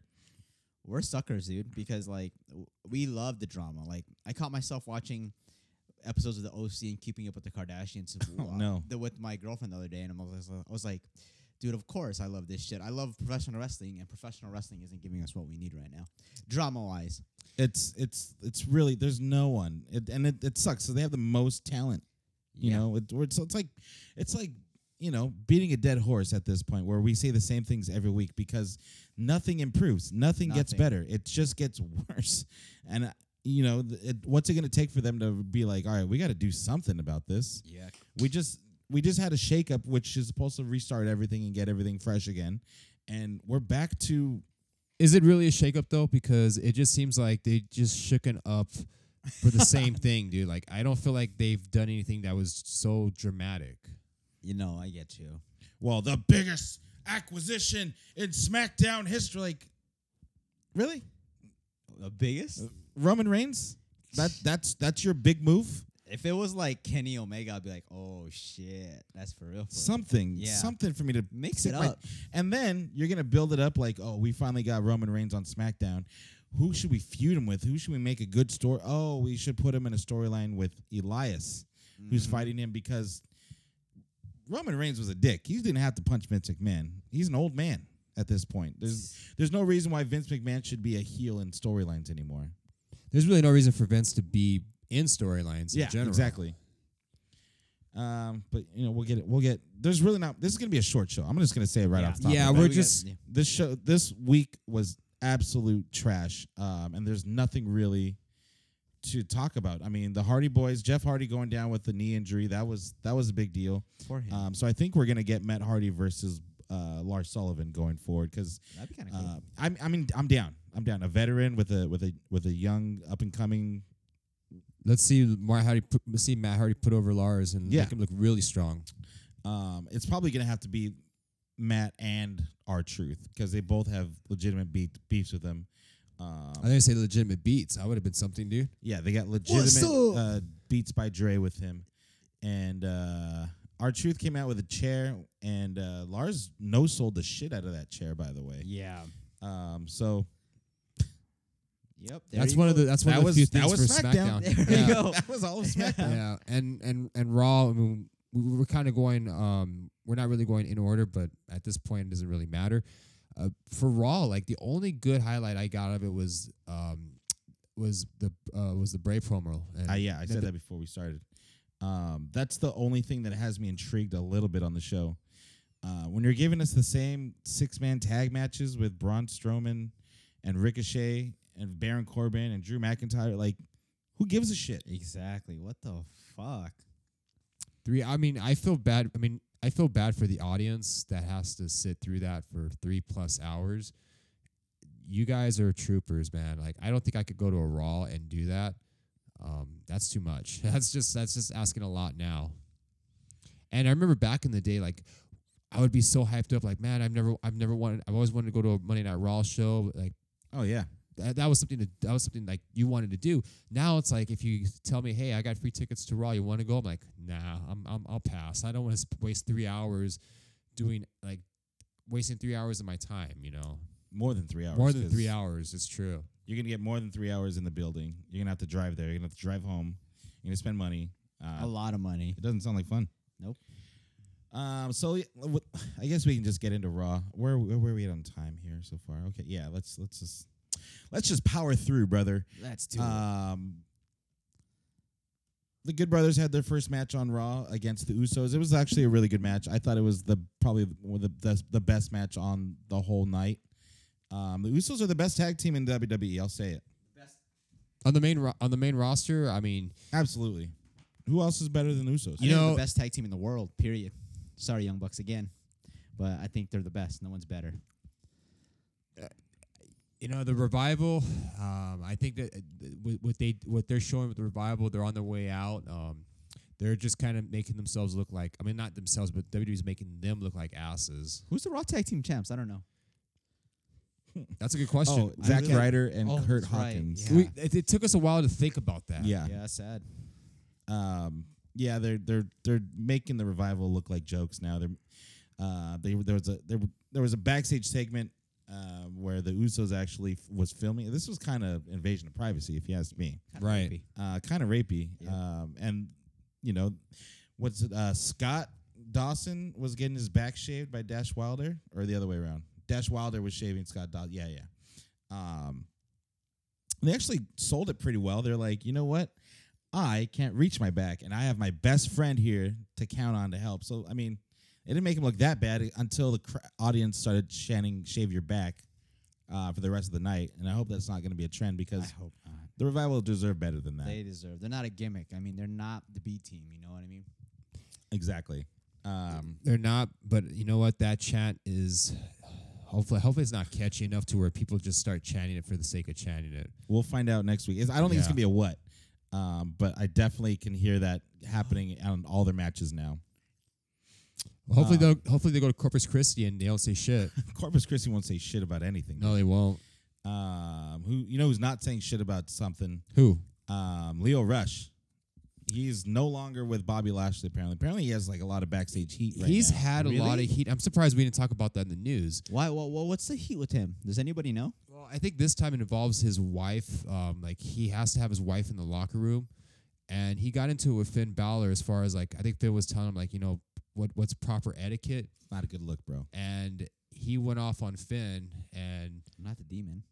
Speaker 1: we're suckers, dude, because like w- we love the drama. Like I caught myself watching episodes of the OC and keeping up with the Kardashians
Speaker 5: [laughs] Oh, no.
Speaker 1: the, with my girlfriend the other day, and I'm always- uh, I was like, dude, of course I love this shit. I love professional wrestling, and professional wrestling isn't giving us what we need right now, drama wise.
Speaker 5: It's it's it's really there's no one, it, and it, it sucks. So they have the most talent. You know, it, we're- so it's like it's like you know beating a dead horse at this point, where we say the same things every week because nothing improves, nothing, gets
Speaker 1: Nothing.
Speaker 5: better, it just gets [laughs] worse. And uh, you know, th- it, what's it going to take for them to be like, all right, we got to do something about this?
Speaker 1: Yeah.
Speaker 5: We just we just had a shakeup, which is supposed to restart everything and get everything fresh again, and we're back to
Speaker 2: Is it really a shakeup though? Because it just seems like they just shooken up for the same thing, dude. Like I don't feel like they've done anything that was so dramatic.
Speaker 1: You know, I get you.
Speaker 5: well, the biggest acquisition in SmackDown history. Like, really?
Speaker 1: The biggest.
Speaker 5: Roman Reigns? That that's that's your big move?
Speaker 1: If it was like Kenny Omega, I'd be like, oh shit, that's for real. For real. [laughs]
Speaker 5: Something.
Speaker 1: Yeah.
Speaker 5: Something for me to
Speaker 1: Mix
Speaker 5: sit
Speaker 1: it
Speaker 5: right-
Speaker 1: up.
Speaker 5: And then you're gonna build it up like, oh, we finally got Roman Reigns on SmackDown. Who should we feud him with? Who should we make a good story? Oh, we should put him in a storyline with Elias,
Speaker 1: Mm-hmm.
Speaker 5: who's fighting him because Roman Reigns was a dick. He didn't have to punch Vince McMahon. He's an old man at this point. There's there's no reason why Vince McMahon should be a heel in storylines anymore.
Speaker 2: There's really no reason for Vince to be in storylines
Speaker 5: yeah,
Speaker 2: in general.
Speaker 5: exactly. Um, but you know we'll get it. We'll get. There's really not. This is gonna be a short show. I'm just gonna say it right
Speaker 1: Yeah.
Speaker 5: off the top.
Speaker 2: Yeah,
Speaker 5: of
Speaker 2: we're
Speaker 5: bat.
Speaker 1: We got-
Speaker 2: just-
Speaker 1: yeah.
Speaker 5: This show this week was absolute trash. Um, and there's nothing really to talk about. I mean, the Hardy Boys, Jeff Hardy going down with the knee injury. That was that was a big deal.
Speaker 1: for him.
Speaker 5: Um, so I think we're gonna get Matt Hardy versus uh, Lars Sullivan going forward because
Speaker 1: That'd be kind of cool.
Speaker 5: uh, I'm I mean I'm down. I'm down. A veteran with a with a with a young up and coming
Speaker 2: Let's see Matt Hardy put, let's see Matt Hardy put over Lars and
Speaker 5: Yeah.
Speaker 2: make him look really strong.
Speaker 5: Um, it's probably gonna have to be Matt and our Truth because they both have legitimate beef, beefs with them.
Speaker 2: I
Speaker 5: Um,
Speaker 2: didn't say legitimate beats. I would have been something,
Speaker 5: [laughs]
Speaker 2: dude.
Speaker 5: yeah, they got
Speaker 2: What's
Speaker 5: legitimate
Speaker 2: up?
Speaker 5: uh, beats by Dre with him, and uh, our Truth came out with a chair, and uh, Lars no sold the shit out of that chair, by the way.
Speaker 1: yeah. [laughs]
Speaker 5: Um, so
Speaker 1: Yep.
Speaker 2: that's one of the that's one
Speaker 5: That
Speaker 2: of the
Speaker 5: was-
Speaker 2: few
Speaker 5: that
Speaker 2: things
Speaker 5: was
Speaker 2: for
Speaker 5: SmackDown.
Speaker 2: SmackDown.
Speaker 1: There you
Speaker 2: Yeah.
Speaker 1: go.
Speaker 5: that was
Speaker 1: [laughs]
Speaker 5: all of SmackDown.
Speaker 2: yeah, and and and Raw. I mean, we we were kind of going. Um, we're not really going in order, but at this point, it doesn't really matter. Uh, for Raw, like the only good highlight I got out of it was um, was the uh, was the Brave promo. And
Speaker 5: Uh, yeah, I said
Speaker 2: the-
Speaker 5: that before we started. Um, that's the only thing that has me intrigued a little bit on the show. Uh, when you're giving us the same six man tag matches with Braun Strowman and Ricochet and Baron Corbin and Drew McIntyre, like, who gives a shit?
Speaker 1: Exactly. What the fuck?
Speaker 2: Three. I mean, I feel bad. I mean, I feel bad for the audience that has to sit through that for three plus hours. You guys are troopers, man. Like, I don't think I could go to a Raw and do that. Um, that's too much. [laughs] That's just that's just asking a lot now. And I remember back in the day, like I would be so hyped up, like man, I've never I've never wanted I've always wanted to go to a Monday Night Raw show. Like
Speaker 5: Oh, yeah.
Speaker 2: that, that was something that, that was something like you wanted to do. Now it's like if you tell me, hey, I got free tickets to Raw, you want to go? I'm like, nah, I'm, I'm I'll pass. I don't want to sp- waste three hours doing like wasting three hours of my time. You know,
Speaker 5: More than three hours.
Speaker 2: more than
Speaker 5: 'cause
Speaker 2: three hours. It's true.
Speaker 5: You're gonna get more than three hours in the building. You're gonna have to drive there. You're gonna have to drive home. You're gonna spend money.
Speaker 1: a
Speaker 5: Uh,
Speaker 1: lot of money.
Speaker 5: it doesn't sound like fun.
Speaker 1: Nope.
Speaker 5: Um. So yeah, what- I guess we can just get into Raw. Where where where are we at on time here so far? Okay. Yeah. Let's let's just let's just power through, brother.
Speaker 1: Let's
Speaker 5: Um, the Good Brothers had their first match on Raw against the Usos. It was actually a really good match. I thought it was the probably one of the best, the best match on the whole night. Um, the Usos are the best tag team in WWE. I'll say it.
Speaker 2: On the main ro- on the main roster, I mean,
Speaker 5: Absolutely. Who else is better than Usos?
Speaker 1: You
Speaker 2: You
Speaker 1: know,
Speaker 2: know-
Speaker 1: the best tag team in the world. Period. Sorry, Young Bucks again, but I think they're the best. No one's better.
Speaker 2: you know the revival. Um, I think that uh, th- what what they what they're showing with the revival, they're on their way out. Um, they're just kind of making themselves look like I mean not themselves, but WWE's making them look like asses.
Speaker 1: Who's the Raw tag team champs? I don't know.
Speaker 2: That's a good question.
Speaker 5: oh, Zack
Speaker 1: really-
Speaker 5: Ryder and
Speaker 1: Oh,
Speaker 5: Kurt
Speaker 1: that's right,
Speaker 5: Hawkins.
Speaker 1: yeah.
Speaker 2: We, it, it took us a while to think about that.
Speaker 5: Yeah.
Speaker 1: Yeah, that's sad.
Speaker 5: um, yeah, they're they're they're making the revival look like jokes now. They're uh, they there was a there were- there was a backstage segment uh, where the Usos actually f- was filming. This was kind of invasion of privacy, if you ask me.
Speaker 1: Kinda
Speaker 2: Right.
Speaker 1: creepy.
Speaker 5: Uh, kind of rapey.
Speaker 1: Yeah.
Speaker 5: Um, and you know, what's it? Uh, Scott Dawson was getting his back shaved by Dash Wilder, or the other way around. Dash Wilder was shaving Scott Dawson. Yeah, yeah. Um, they actually sold it pretty well. They're like, you know what? I can't reach my back, and I have my best friend here to count on to help. So, I mean, it didn't make him look that bad until the cr- audience started chanting "Shave your back" uh, for the rest of the night. And I hope that's not going to be a
Speaker 1: I
Speaker 5: trend because
Speaker 1: hope not.
Speaker 5: the revival deserve better than that.
Speaker 1: Uh, They deserve. They're not a gimmick. I mean, they're not the B team. You know what I mean?
Speaker 5: exactly. Um,
Speaker 2: They're not, but you know what? That chant is hopefully hopefully it's not catchy enough to where people just start chanting it for the sake of chanting it.
Speaker 5: we'll find out next week. It's- I don't think it's
Speaker 2: Yeah.
Speaker 5: gonna be a what, um, but I definitely can hear that happening on all their matches now.
Speaker 2: Well, hopefully
Speaker 5: Uh,
Speaker 2: they'll hopefully they go to Corpus Christi and they don't say [laughs] shit.
Speaker 5: Corpus Christi won't say shit about anything.
Speaker 2: no, they won't.
Speaker 5: Um, who you know who's not saying shit about something?
Speaker 2: Who?
Speaker 5: Um, Leo Rush. He's no longer with Bobby Lashley. Apparently, apparently he has like a lot of backstage heat. Right
Speaker 2: He's
Speaker 5: now.
Speaker 2: had a lot of heat. I'm surprised we didn't talk about that in the news.
Speaker 1: Why? Well, what's the heat with him? Does anybody know?
Speaker 2: Well, I think this time it involves his wife. Um, like he has to have his wife in the locker room, and he got into it with Finn Balor as far as like I think Finn was telling him like you know what what's proper etiquette,
Speaker 5: not a good look, bro.
Speaker 2: and he went off on Finn, and
Speaker 1: I'm not the demon.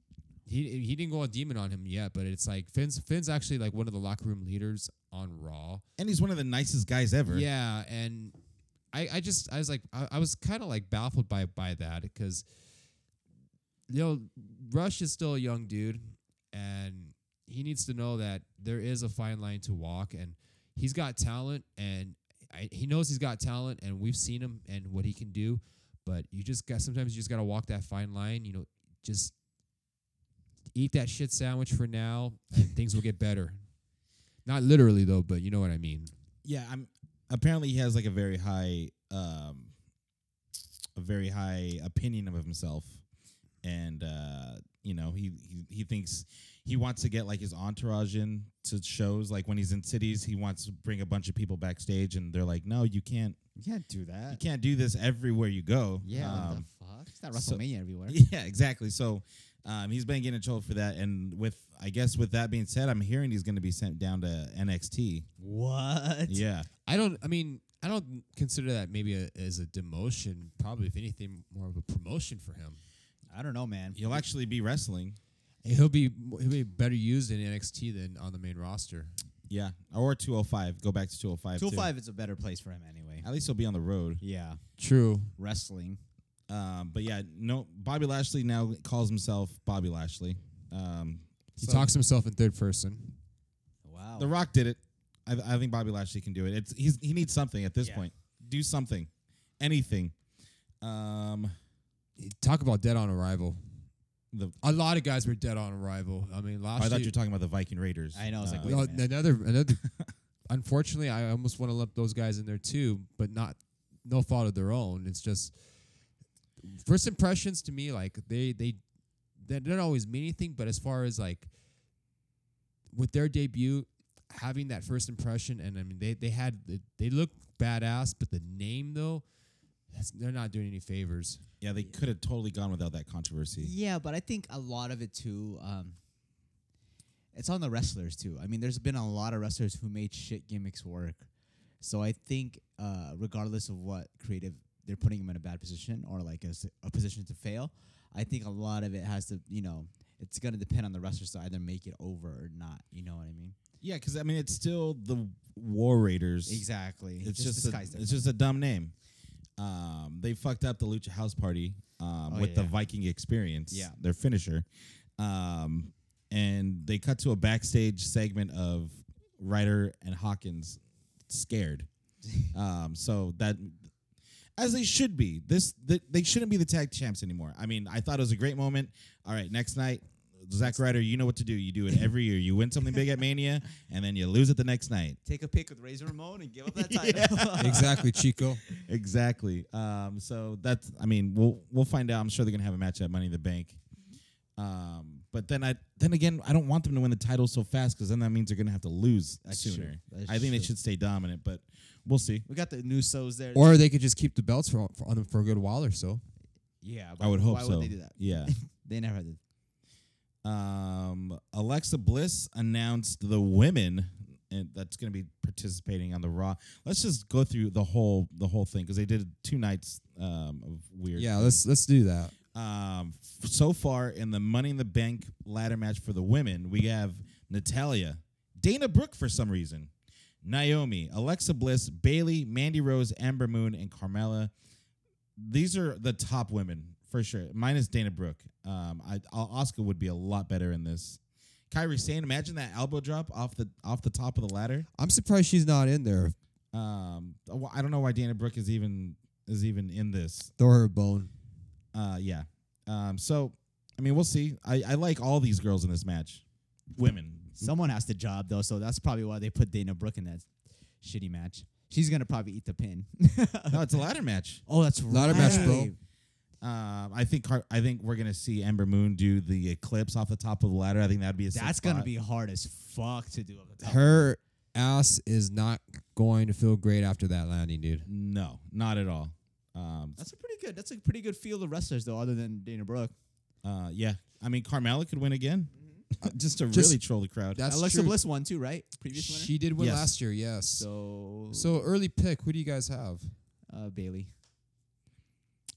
Speaker 2: he he didn't go on demon on him yet, but it's like Finn's Finn's actually like one of the locker room leaders on Raw.
Speaker 5: And he's one of the nicest guys ever.
Speaker 2: Yeah, and I, I just I was like I, I was kind of like baffled by by that because you know Rush is still a young dude and he needs to know that there is a fine line to walk and he's got talent and I, he knows he's got talent and we've seen him and what he can do but you just got sometimes you just got to walk that fine line you know just eat that shit sandwich for now and things will get better not literally though but you know what I mean
Speaker 5: yeah i'm apparently he has like a very high um a very high opinion of himself and uh you know he he, he thinks he wants to get like his entourage in to shows like when he's in cities he wants to bring a bunch of people backstage and they're like no you can't
Speaker 1: You can't do that.
Speaker 5: you can't do this everywhere you go
Speaker 1: Yeah. what
Speaker 5: um,
Speaker 1: the fuck? It's not
Speaker 5: so-
Speaker 1: WrestleMania everywhere.
Speaker 5: [laughs] yeah exactly so um, he's been getting in trouble for that and with i guess with that being said i'm hearing he's going to be sent down to nxt
Speaker 1: [laughs] What?
Speaker 5: yeah
Speaker 2: I don't. I mean, I don't consider that maybe a, as a demotion. Probably, if anything, more of a promotion for him.
Speaker 1: I don't know, man.
Speaker 5: he'll actually be wrestling
Speaker 2: He'll be he'll be better used in NXT than on the main roster.
Speaker 5: Yeah, or 205. Go back to 205. too.
Speaker 1: 205 is a better place for him anyway.
Speaker 5: At least he'll be on the road.
Speaker 1: Yeah.
Speaker 2: True.
Speaker 1: Wrestling.
Speaker 5: Um, but yeah, no. Bobby Lashley now calls himself Bobby Lashley. Um,
Speaker 2: He
Speaker 5: so
Speaker 2: talks himself in third person.
Speaker 1: Wow.
Speaker 5: The Rock did it. I, I think Bobby Lashley can do it. It's he's he needs something at this
Speaker 1: Yeah.
Speaker 5: point. Do something, anything. Um,
Speaker 2: Talk about dead on arrival.
Speaker 5: the oh,
Speaker 2: A lot of guys were dead on arrival. I mean,
Speaker 5: I
Speaker 2: last
Speaker 5: thought you were talking about the Viking Raiders.
Speaker 1: I know, I was
Speaker 2: Oh,
Speaker 1: like,
Speaker 5: Uh,
Speaker 1: wait. a minute.
Speaker 2: another another. [laughs] unfortunately, I almost want to lump those guys in there too, but not no fault of their own. It's just first impressions to me. Like they they they don't always mean anything, but as far as like with their debut, having that first impression, and I mean they they had they look badass, but the name though, that's, they're not doing any favors.
Speaker 5: Yeah, they could have totally gone without that controversy.
Speaker 1: Yeah, but I think a lot of it too. Um, it's on the wrestlers too. I mean, there's been a lot of wrestlers who made shit gimmicks work. So I think, uh, regardless of what creative they're putting them in a bad position or like a, s- a position to fail, I think a lot of it has to, you know, it's gonna depend on the wrestlers to either make it over or not. You know what I mean?
Speaker 5: Yeah, because I mean, it's still the War Raiders.
Speaker 1: Exactly.
Speaker 5: It's just, a,
Speaker 1: disguised
Speaker 5: it's just a dumb name. Um, they fucked up the Lucha House Party um,
Speaker 1: Oh,
Speaker 5: with the
Speaker 1: yeah.
Speaker 5: Viking Experience.
Speaker 1: Yeah.
Speaker 5: their finisher. Um, and they cut to a backstage segment of Ryder and Hawkins
Speaker 1: [laughs]
Speaker 5: scared. um, so that as they should be. This th- they shouldn't be the tag champs anymore. I mean, I thought it was a great moment. All right, next night, Zack Ryder, you know what to do.
Speaker 1: [laughs]
Speaker 5: You do it every year. You win something big at Mania, and then you lose it the next night.
Speaker 1: Take a pic with Razor Ramon and give [laughs] up that title.
Speaker 2: [laughs] exactly, Chico.
Speaker 5: Exactly. Um, so that's. I mean, we'll we'll find out. I'm sure they're gonna have a match at Money in the Bank. Um, but then I then again, I don't want them to win the title so fast because then that means they're gonna have to lose
Speaker 1: That's true.
Speaker 5: sooner.
Speaker 1: That's
Speaker 5: I think they
Speaker 1: true.
Speaker 5: should stay dominant, but we'll see.
Speaker 1: we got the Nusos there.
Speaker 2: Or they could just keep the belts for, for on them for a good while or so.
Speaker 1: yeah,
Speaker 5: I would hope
Speaker 1: why
Speaker 5: so.
Speaker 1: would they do that?
Speaker 5: Yeah.
Speaker 1: They never did.
Speaker 5: um, Alexa Bliss announced the women and that's going to be participating on the Raw. Let's just go through the whole the whole thing because they did two nights um, of weird.
Speaker 2: Yeah, let's let's do that.
Speaker 5: Um, f- so far in the Money in the Bank ladder match for the women, we have Natalia, Dana Brooke for some reason, Naomi, Alexa Bliss, Bailey, Mandy Rose, Amber Moon, and Carmella. These are the top women for sure. Minus Dana Brooke. Um, I, Oscar would be a lot better in this. Kyrie Sane, imagine that elbow drop off the off the top of the ladder.
Speaker 2: I'm surprised she's not in there.
Speaker 5: Um, oh, I don't know why Dana Brooke is even is even in this.
Speaker 2: Throw her a bone.
Speaker 5: Uh, yeah. Um, so, I mean, we'll see. I, I like all these girls in this match, women.
Speaker 1: Someone has the job though, so that's probably why they put Dana Brooke in that shitty match. She's gonna probably eat the pin. [laughs]
Speaker 5: No, it's a ladder match.
Speaker 1: oh, that's right.
Speaker 2: Ladder match, bro.
Speaker 5: Um, I think Car- I think we're gonna see Ember Moon do the eclipse off the top of the ladder. I think that'd be a sick
Speaker 1: That's gonna
Speaker 5: spot.
Speaker 1: be hard as fuck to do. Up the
Speaker 2: [laughs]
Speaker 1: top.
Speaker 2: Her ass is not going to feel great after that landing, dude.
Speaker 5: no, not at all. Um,
Speaker 1: That's a pretty good. That's a pretty good field of wrestlers though, other than Dana Brooke.
Speaker 5: uh, yeah. I mean, Carmella could
Speaker 2: [laughs]
Speaker 5: win again, Uh, just to
Speaker 2: Just-
Speaker 5: really troll the crowd.
Speaker 2: That's
Speaker 1: Alexa
Speaker 2: true.
Speaker 1: Bliss won too, right? Previous winner.
Speaker 2: She did win
Speaker 5: Yes.
Speaker 2: last year, yes. So,
Speaker 1: so
Speaker 2: early pick. Who do you guys have?
Speaker 1: uh, Bailey.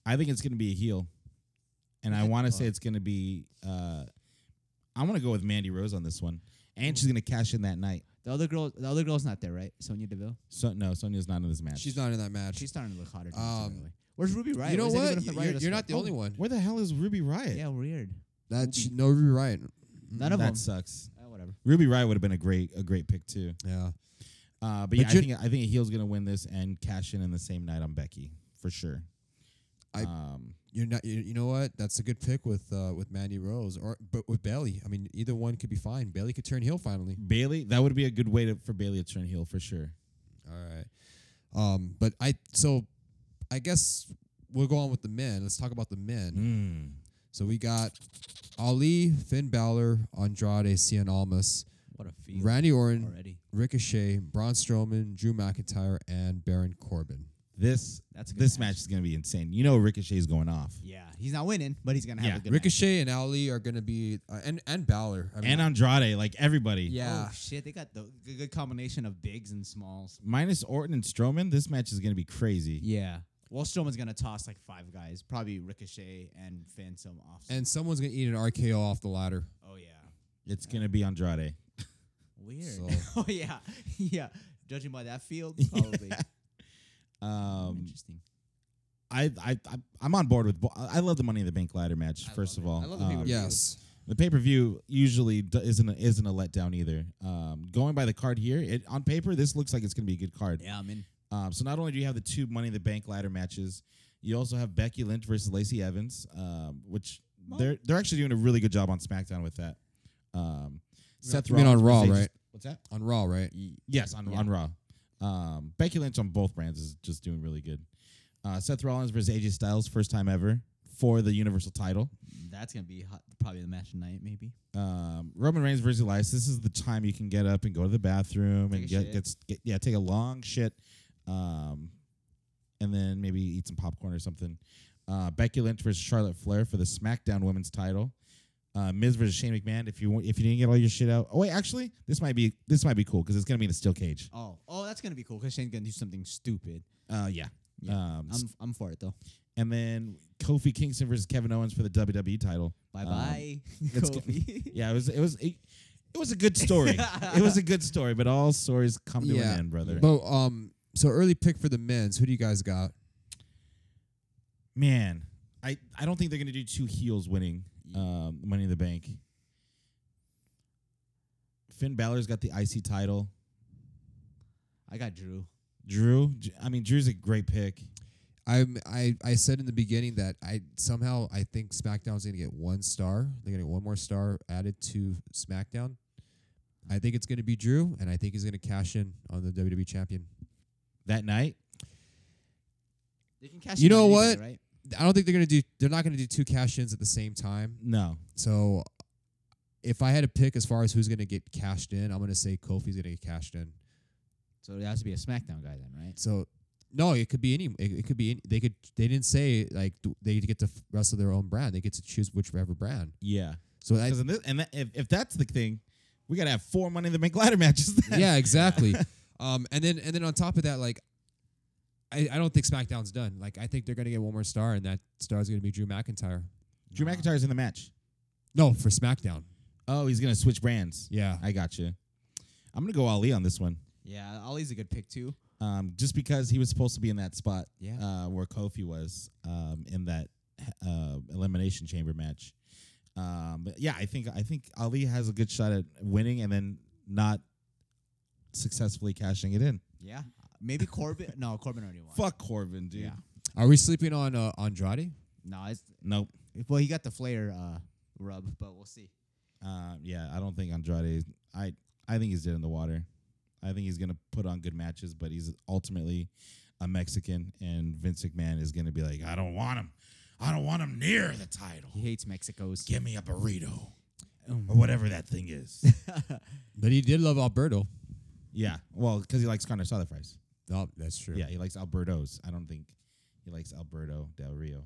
Speaker 5: I think it's gonna be a heel, and I
Speaker 1: Yeah.
Speaker 5: want to say
Speaker 1: Oh.
Speaker 5: it's gonna be. Uh, I want to go with Mandy Rose on this one, and she's gonna cash in that night.
Speaker 1: The other girl. The other girl's not there, right? Sonya Deville.
Speaker 5: So no, Sonya's not in this match.
Speaker 2: She's not in that match.
Speaker 1: She's starting to look hotter.
Speaker 2: Um,
Speaker 1: Um, by the way. Where's Ruby Riot?
Speaker 2: you know
Speaker 1: Where's anyone
Speaker 2: what?
Speaker 1: from the
Speaker 2: You're,
Speaker 1: Riot
Speaker 2: you're
Speaker 1: Squad?
Speaker 2: not Mm, the
Speaker 1: Oh,
Speaker 2: only one.
Speaker 5: Where the hell is Ruby Riot?
Speaker 1: Yeah, weird.
Speaker 2: That she, no, you're right.
Speaker 1: None of
Speaker 5: Mm, that
Speaker 1: them.
Speaker 5: sucks.
Speaker 1: Uh, whatever.
Speaker 5: Ruby Riot would have been a great a great pick too.
Speaker 2: Yeah.
Speaker 5: Uh, but,
Speaker 2: But
Speaker 5: yeah, I
Speaker 2: you're-
Speaker 5: think I think a heel's gonna win this and cash in in the same night on Becky for sure.
Speaker 2: I-
Speaker 5: um,
Speaker 2: You're not. You, you know what? That's a good pick with uh, with Mandy Rose or but with Bailey. I mean, either one could be fine. Bailey could turn heel finally.
Speaker 5: Bailey, that would be a good way to, for Bailey to turn heel for sure.
Speaker 2: All right. Um, but I so I guess we'll go on with the men. Let's talk about the men.
Speaker 5: Mm.
Speaker 2: So we got Ali, Finn Balor, Andrade, Cien Almas,
Speaker 1: What a field
Speaker 2: Randy Orton,
Speaker 1: already.
Speaker 2: Ricochet, Braun Strowman, Drew McIntyre, and Baron Corbin.
Speaker 5: This
Speaker 1: That's a good
Speaker 5: this
Speaker 1: match.
Speaker 5: match is gonna be insane. You know Ricochet's going off,
Speaker 1: Yeah, he's not winning, but he's gonna have
Speaker 5: Yeah,
Speaker 1: a good. match.
Speaker 2: Ricochet and Ali are going to be uh, and and Balor. I mean,
Speaker 5: and Andrade, like everybody.
Speaker 2: yeah,
Speaker 1: Oh shit, they got the g- good combination of bigs and smalls.
Speaker 5: Minus Orton and Strowman, this match is gonna be crazy.
Speaker 1: Yeah. Well, Strowman's gonna toss like five guys, probably Ricochet and Phantom off.
Speaker 2: and someone's going to eat an RKO off the ladder.
Speaker 1: oh yeah,
Speaker 5: It's gonna be Andrade.
Speaker 1: weird.
Speaker 2: So-
Speaker 1: [laughs] oh yeah, yeah. Judging by that [laughs] field, probably
Speaker 5: Um,
Speaker 1: interesting.
Speaker 5: I I I- I'm on board with. Bo- I love the Money in the Bank ladder match.
Speaker 1: I
Speaker 5: first
Speaker 1: love it.
Speaker 5: of all,
Speaker 1: I love the people
Speaker 5: Um,
Speaker 1: Yeah.
Speaker 2: Yes,
Speaker 5: The pay per view usually d- isn't a, isn't a letdown either. Um, going by the card here, it, on paper this looks like it's going to be a good card.
Speaker 1: Yeah, I mean,
Speaker 5: Um, so not only do you have the two Money in the Bank ladder matches, you also have Becky Lynch versus Lacey Evans, um, which
Speaker 1: Well-
Speaker 5: they're they're actually doing a really good job on SmackDown with that. Um, Seth
Speaker 2: you mean on
Speaker 5: Rollins
Speaker 2: Raw,
Speaker 5: versus-
Speaker 2: right?
Speaker 5: What's that?
Speaker 2: on Raw, right?
Speaker 5: Yes, on
Speaker 1: Yeah.
Speaker 5: on Raw. Um, Becky Lynch on both brands is just doing really good. Uh, Seth Rollins versus AJ Styles, first time ever. for the Universal title.
Speaker 1: That's gonna be hot, probably the match tonight, maybe.
Speaker 5: Um, Roman Reigns versus Elias. This is the time you can get up and go to the bathroom
Speaker 1: Take
Speaker 5: and
Speaker 1: a
Speaker 5: get,
Speaker 1: shit.
Speaker 5: gets get, yeah, take a long shit, um, and then maybe eat some popcorn or something. Uh, Becky Lynch versus Charlotte Flair for the SmackDown Women's Title. Uh, Miz versus Shane McMahon. If you want, if you didn't get all your shit out, oh wait, actually, this might be this might be cool because it's gonna be in a steel cage.
Speaker 1: Oh, oh, that's gonna be cool because Shane's gonna do something stupid.
Speaker 5: Uh, yeah.
Speaker 1: Oh. Yeah,
Speaker 5: Um,
Speaker 1: I'm, I'm for it though.
Speaker 5: and then Kofi Kingston versus Kevin Owens for the WWE title.
Speaker 1: Bye [laughs]
Speaker 5: Um,
Speaker 1: bye,
Speaker 5: let's
Speaker 1: [laughs]
Speaker 5: go-
Speaker 1: Kofi.
Speaker 5: Yeah, it was it was it, it was a good
Speaker 2: [laughs]
Speaker 5: story. it was a good story, but all stories come to an end, brother.
Speaker 2: But um, so early pick for the men's. Who do you guys got?
Speaker 5: Man, I I don't think they're gonna do two heels winning um, Money in the Bank. Finn Balor's got the IC title.
Speaker 1: I got Drew.
Speaker 5: Drew, J- I mean Drew's a great pick.
Speaker 2: I I I said in the beginning that I somehow I think SmackDown's gonna get one star. They're gonna get one more star added to SmackDown. I think it's gonna be Drew, and I think he's gonna cash in on the WWE champion.
Speaker 5: That night,
Speaker 1: They can cash
Speaker 2: You
Speaker 1: in on
Speaker 2: know
Speaker 1: anything,
Speaker 2: what?
Speaker 1: Right?
Speaker 2: I don't think they're gonna do. They're not gonna do two cash ins at the same time.
Speaker 5: no,
Speaker 2: So, if I had to pick as far as who's gonna get cashed in, I'm gonna say Kofi's gonna get cashed in.
Speaker 1: So it has to be a SmackDown guy then, right?
Speaker 2: So, no, it could be any. It, it could be any, they could. They didn't say like th- they get to f- wrestle their own brand. They get to choose whichever brand.
Speaker 5: yeah.
Speaker 2: So I,
Speaker 5: Because in this, and that, if, if that's the thing, we gotta have four Money in the Bank ladder [laughs] matches. Then.
Speaker 2: [laughs] yeah, exactly. um, and then and then on top of that, like, I, I don't think SmackDown's done. Like, I think they're gonna get one more star, and that star is gonna be Drew McIntyre.
Speaker 5: Drew McIntyre's in the match.
Speaker 2: No, for SmackDown.
Speaker 5: Oh, he's gonna switch brands.
Speaker 2: Yeah,
Speaker 5: I got you. I'm gonna go Ali on this one,
Speaker 1: Yeah, Ollie's a good pick too.
Speaker 5: um, just because he was supposed to be in that spot
Speaker 1: Yeah.
Speaker 5: uh, where Kofi was um, in that uh, elimination chamber match. Um, but yeah, I think I think Ali has a good shot at winning and then not successfully cashing it in.
Speaker 1: Yeah, maybe Corbin. no, Corbin already won.
Speaker 5: Fuck Corbin, dude.
Speaker 1: Yeah.
Speaker 2: are we sleeping on uh, Andrade?
Speaker 1: No, it's
Speaker 5: Nope.
Speaker 1: well, he got the Flair uh, rub, but we'll see.
Speaker 5: Um, yeah, I don't think Andrade. I I think he's dead in the water. I think he's gonna put on good matches, but he's ultimately a Mexican, and Vince McMahon is gonna be like, I don't want him. I don't want him near the title.
Speaker 1: He hates Mexico's.
Speaker 5: Give me a burrito or whatever that thing is.
Speaker 2: But he did love Alberto.
Speaker 5: yeah, well, because he likes carne asada fries.
Speaker 2: Oh, that's true.
Speaker 5: Yeah, he likes Alberto's. I don't think he likes Alberto Del Rio.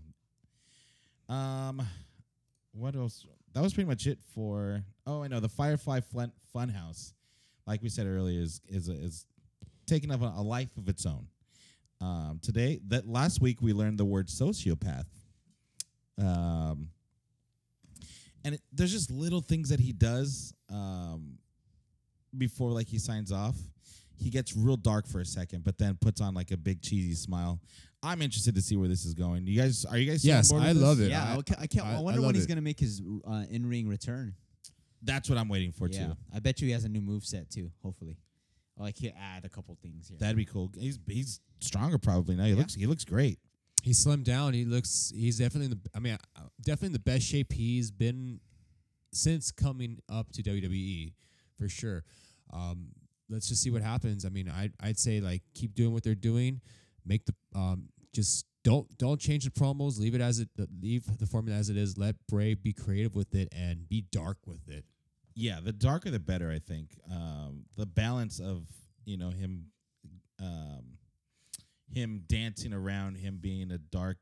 Speaker 5: Um, what else? That was pretty much it for. Oh, I know the Firefly Flint Funhouse, like we said earlier, is is is taking up a, a life of its own. Um, today that last week we learned the word sociopath. Um, and it, there's just little things that he does. Um, before like he signs off, he gets real dark for a second, but then puts on like a big cheesy smile. I'm interested to see where this is going. You guys, are you guys? still on
Speaker 2: Yes,
Speaker 5: board
Speaker 2: I
Speaker 5: with this?
Speaker 2: love it.
Speaker 1: Yeah, I,
Speaker 2: I-
Speaker 1: ca- I can't.
Speaker 2: I-
Speaker 1: I,
Speaker 2: I
Speaker 1: wonder
Speaker 2: love
Speaker 1: when he's
Speaker 2: it.
Speaker 1: gonna make his uh, in-ring return.
Speaker 5: That's what I'm waiting for
Speaker 1: yeah,
Speaker 5: too.
Speaker 1: I bet you he has a new move set too. Hopefully, like he'll add a couple things here.
Speaker 5: That'd be cool. He's he's stronger probably now. He looks he looks great.
Speaker 2: He slimmed down. He looks. He's definitely. In the, I mean, uh, definitely in the best shape he's been since coming up to WWE, for sure. Um, let's just see what happens. I mean, I I'd say like keep doing what they're doing. Make the um just don't don't change the promos. Leave it as it leave the formula as it is. Let Bray be creative with it and be dark with it.
Speaker 5: Yeah, the darker the better. I think um, the balance of you know him, um, him dancing around, him being a dark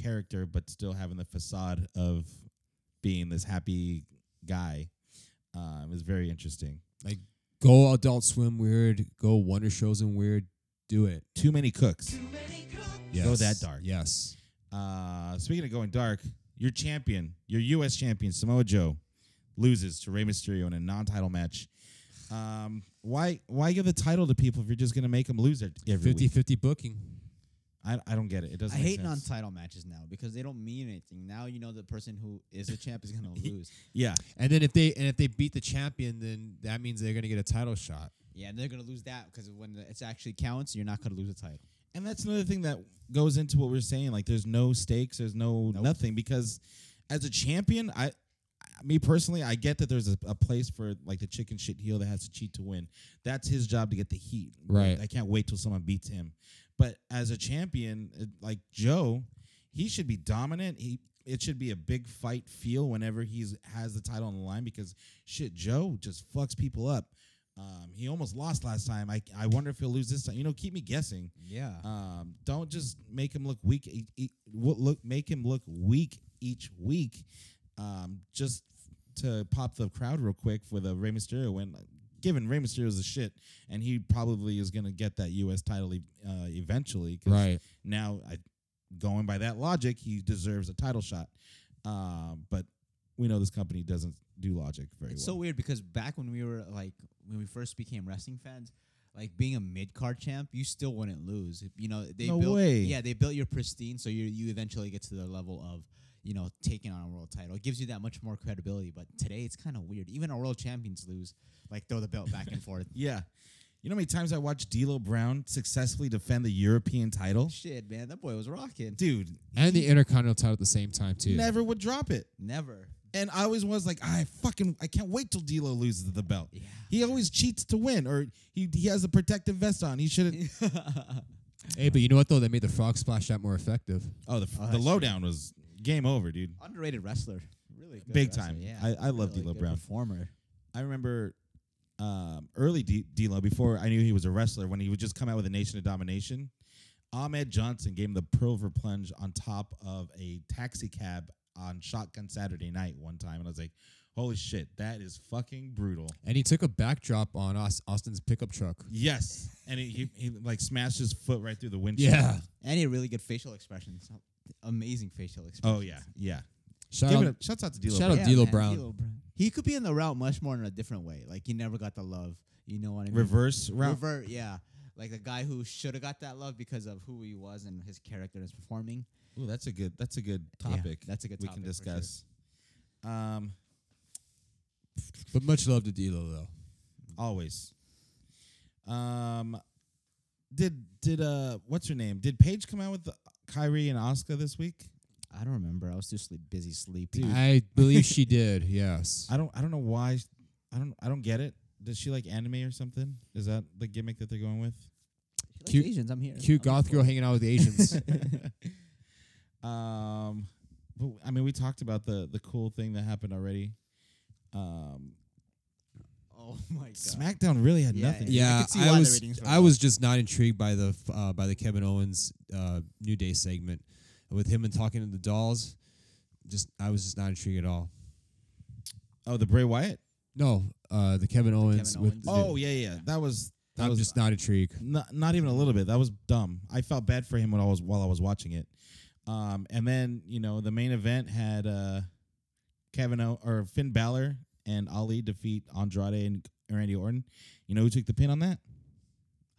Speaker 5: character, but still having the facade of being this happy guy, um, is very interesting.
Speaker 2: Go adult swim weird. Go wonder shows and weird. Do it.
Speaker 5: Too many cooks.
Speaker 2: Yes.
Speaker 5: Go that dark.
Speaker 2: Yes.
Speaker 5: Uh, speaking of going dark, your champion, your U.S. champion Samoa Joe, loses to Rey Mysterio in a non-title match. Um, why why give the title to people if you're just gonna make them lose it every week?
Speaker 2: 50-50 booking.
Speaker 5: I, I don't get it. It
Speaker 1: I
Speaker 5: doesn't. make
Speaker 1: hate
Speaker 5: sense.
Speaker 1: non-title matches now because they don't mean anything. Now you know the person who is the champ is
Speaker 2: [laughs]
Speaker 1: gonna lose.
Speaker 5: Yeah,
Speaker 2: And then if they and if they beat the champion, then that means they're gonna get a title shot.
Speaker 1: Yeah, and they're gonna lose that because when it actually counts, you're not gonna lose a title.
Speaker 5: and that's another thing that goes into what we are saying. Like, there's no stakes, there's no nothing because as a champion, I, I me personally, I get that there's a, a place for like the chicken shit heel that has to cheat to win. That's his job to get the heat.
Speaker 2: Right.
Speaker 5: I can't wait till someone beats uh, him. But as a champion, it- like Joe, he should be dominant. He it should be a big fight feel whenever he's has the title on the line because shit, Joe just fucks people up. Um, he almost lost last time. I I wonder if he'll lose this time. You know, keep me guessing.
Speaker 2: Yeah.
Speaker 5: Um, don't just make him look weak. e- e- wo- look, make him look weak each week, um, just to pop the crowd real quick for the Rey Mysterio win. Like, Given Rey Mysterio's a shit, and he probably is gonna get that U.S. title e- uh, eventually. 'cause
Speaker 2: Right.
Speaker 5: now, I, going by that logic, he deserves a title shot. Um, but we know this company doesn't do logic very
Speaker 1: It's so
Speaker 5: well.
Speaker 1: weird because back when we were like when we first became wrestling fans, like being a mid card champ, you still wouldn't lose. If- You know they
Speaker 5: No
Speaker 1: built
Speaker 5: way.
Speaker 1: yeah they built your pristine, so you you eventually get to the level of you know taking on a world title. It gives you that much more credibility. But today it's kind of weird. Even our world champions lose, like throw the belt back and forth.
Speaker 5: [laughs] yeah. You know how many times I watched D'Lo Brown successfully defend the European title?
Speaker 1: Shit, man, that boy was rocking.
Speaker 5: Dude,
Speaker 2: And the Intercontinental title at the same time too.
Speaker 5: never would drop it.
Speaker 1: Never. [laughs]
Speaker 5: And I always was like, I fucking I can't wait till D'Lo loses the belt.
Speaker 1: Yeah.
Speaker 5: He always cheats to win, or he he has a protective vest on. He
Speaker 1: [laughs]
Speaker 5: shouldn't.
Speaker 2: Hey, but you know what though? That made the frog splash out more effective.
Speaker 5: Oh, the
Speaker 1: Oh,
Speaker 5: the
Speaker 1: that's
Speaker 5: lowdown was game over, dude.
Speaker 1: Underrated wrestler. Really good
Speaker 5: Big
Speaker 1: wrestler,
Speaker 5: time.
Speaker 1: Yeah.
Speaker 5: I- I love
Speaker 1: really
Speaker 5: D'Lo
Speaker 1: good
Speaker 5: Brown.
Speaker 1: Performer.
Speaker 5: I remember um, early D- D'Lo before I knew he was a wrestler when he would just come out with a Nation of Domination. Ahmed Johnson gave him the pearl river plunge on top of a taxi cab on Shotgun Saturday Night one time, and I was like, "Holy shit, that is fucking brutal."
Speaker 2: And he took a backdrop on Aus- Austin's pickup truck.
Speaker 5: Yes, and he, he, he like smashed his foot right through the windshield.
Speaker 2: Yeah.
Speaker 1: And he had really good facial expressions. Amazing facial expressions.
Speaker 5: Oh yeah, yeah.
Speaker 2: Shout
Speaker 5: Give
Speaker 2: out,
Speaker 5: it up. Shouts Um, out to D'Lo.
Speaker 2: shout
Speaker 5: Brown.
Speaker 2: out D'Lo Brown.
Speaker 1: He could be in the route much more in a different way. Like he never got the love. You know what I mean?
Speaker 5: Reverse route.
Speaker 1: Revert, yeah. Like the guy who should have got that love because of who he was and his character is performing.
Speaker 5: Ooh, that's a good. That's a good
Speaker 1: Yeah,
Speaker 5: topic.
Speaker 1: that's a good
Speaker 5: We
Speaker 1: topic
Speaker 5: can
Speaker 1: for sure.
Speaker 5: discuss. Um,
Speaker 2: But much love to D'Lo though.
Speaker 5: always. Um, did did uh what's her name? Did Paige come out with the Kyrie and Oscar this week?
Speaker 1: I don't remember. I was too sleep busy sleeping.
Speaker 2: I believe she did. Yes.
Speaker 5: I don't. I don't know why. I don't. I don't get it. Does she like anime or something? Is that the gimmick that they're going with?
Speaker 1: She likes
Speaker 2: Cute-
Speaker 1: Asians, I'm here.
Speaker 2: Cute
Speaker 1: I'm
Speaker 2: goth girl hanging out with Asians.
Speaker 5: Um, but I mean, we talked about the the cool thing that happened already. Um,
Speaker 1: Oh my god.
Speaker 5: SmackDown really had
Speaker 1: Yeah,
Speaker 5: nothing.
Speaker 2: yeah,
Speaker 1: could see why
Speaker 2: I,
Speaker 1: the
Speaker 2: was.
Speaker 1: ratings were
Speaker 2: I
Speaker 1: low.
Speaker 2: was just not intrigued by the f- uh, by the Kevin Owens uh, New Day segment with him and talking to the dolls. Just I was just not intrigued at all.
Speaker 5: Oh, the Bray Wyatt.
Speaker 2: No, uh, the Kevin Owens with.
Speaker 1: Owens.
Speaker 2: the-
Speaker 5: Oh yeah, yeah. That was that
Speaker 2: I'm
Speaker 5: was
Speaker 2: just not intrigued.
Speaker 5: not, not even a little bit. That was dumb. I felt bad for him when I was while I was watching it. Um, and then you know the main event had uh, Kevin o- or Finn Balor and Ali defeat Andrade and Randy Orton. You know who took the pin on that?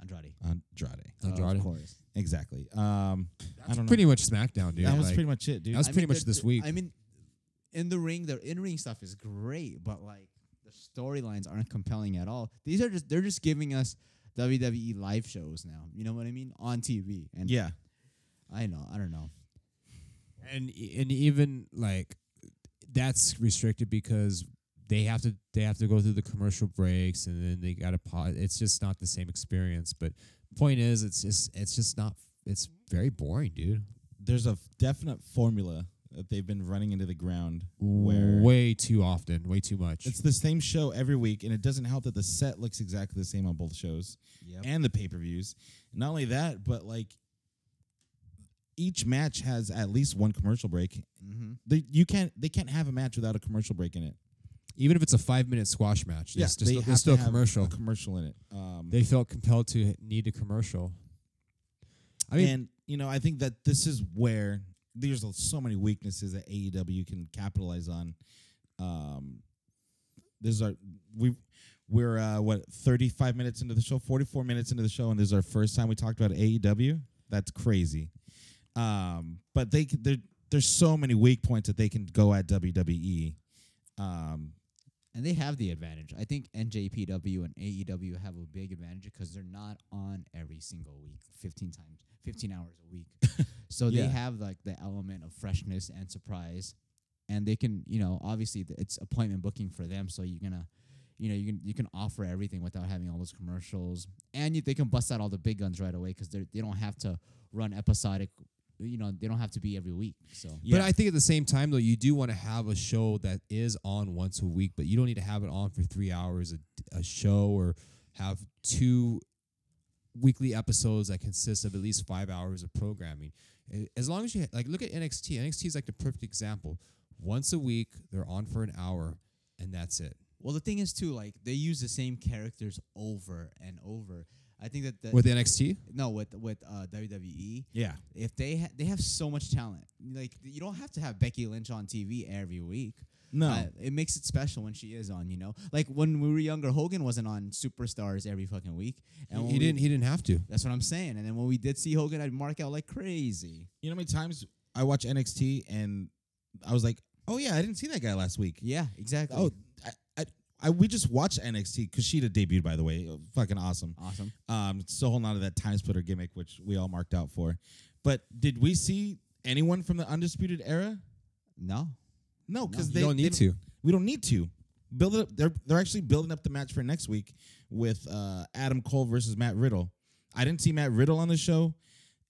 Speaker 1: Andrade.
Speaker 5: Andrade.
Speaker 2: Andrade.
Speaker 1: Of course.
Speaker 5: Exactly. Um, I don't know.
Speaker 2: Pretty much SmackDown, dude.
Speaker 5: that was
Speaker 2: Like,
Speaker 5: pretty much it, dude.
Speaker 2: that was- It's pretty much
Speaker 1: the-
Speaker 2: this
Speaker 1: the-
Speaker 2: week.
Speaker 1: I mean, in the ring, the in ring stuff is great, but like the storylines aren't compelling at all. These are just they're just giving us WWE live shows now. You know what I mean on TV. And
Speaker 5: yeah.
Speaker 1: I know. I don't know.
Speaker 2: and e, and even like that's restricted because they have to they have to go through the commercial breaks and then they got to pause. It's just not the same experience. But point is, it's just it's just not. It's very boring, dude.
Speaker 5: There's a f- definite formula that they've been running into the ground where
Speaker 2: way too often, way too much.
Speaker 5: It's the same show every week, and it doesn't help that the set looks exactly the same on both shows
Speaker 1: Yep.
Speaker 5: and the pay per views. Not only that, but like each match has at least one commercial break.
Speaker 1: Mm-hmm.
Speaker 5: They, you can't they can't have a match without a commercial break in it.
Speaker 2: Even if it's a five minute squash match, there's,
Speaker 5: they
Speaker 2: there's still,
Speaker 5: have
Speaker 2: there's
Speaker 5: to
Speaker 2: still a
Speaker 5: have
Speaker 2: commercial.
Speaker 5: a commercial in it. Um,
Speaker 2: they felt compelled to need a commercial. I mean,
Speaker 5: and you know, I think that this is where there's so many weaknesses that AEW can capitalize on. Um, this is our we we're uh, what 35 minutes into the show, 44 minutes into the show, and this is our first time we talked about AEW. That's crazy. Um, but they c- there there's so many weak points that they can go at E. WWE. Um,
Speaker 1: And they have the advantage. I think NJPW and AEW have a big advantage because they're not on every single week, fifteen times, fifteen hours a [laughs] week. so
Speaker 5: Yeah.
Speaker 1: they have like the element of freshness and surprise, and they can, you know, obviously th- it's appointment booking for them. So you're gonna, you know, you can you can offer everything without having all those commercials, and you, they can bust out all the big guns right away because they they don't have to run episodic
Speaker 6: you know they don't have to be every week. So
Speaker 5: Yeah.
Speaker 2: But I think at the same time, though, you do want to have a show that is on once a week, but you don't need to have it on for three hours a, a show or have two weekly episodes that consist of at least five hours of programming. A- As long as you like, look at NXT. NXT is like the perfect example. Once a week, they're on for an hour, and that's it.
Speaker 1: Well, the thing is too, like they use the same characters over and over. I think that the
Speaker 2: With NXT,
Speaker 1: no with with uh, WWE,
Speaker 5: Yeah.
Speaker 1: if they ha- they have so much talent, like you don't have to have Becky Lynch on TV every week.
Speaker 5: No.
Speaker 1: Uh, it makes it special when she is on. You know, like when we were younger, Hogan wasn't on Superstars every fucking week, and when
Speaker 2: he
Speaker 1: we-
Speaker 2: didn't. He didn't have to.
Speaker 1: That's what I'm saying. And then when we did see Hogan, I'd mark out like crazy.
Speaker 5: You know how many times I watch NXT and I was like, oh yeah, I didn't see that guy last week.
Speaker 1: Yeah, exactly.
Speaker 5: Oh, I, I, I we just watched NXT. Kushida debuted, by the way, Uh, fucking awesome.
Speaker 1: awesome.
Speaker 5: Um, still holding on to that time splitter gimmick, which we all marked out for. But did we see anyone from the Undisputed Era?
Speaker 1: No,
Speaker 5: No, because
Speaker 2: You
Speaker 5: they
Speaker 2: don't
Speaker 5: they
Speaker 2: need to.
Speaker 5: We don't need to build it. Up. They're they're actually building up the match for next week with uh, Adam Cole versus Matt Riddle. I didn't see Matt Riddle on the show,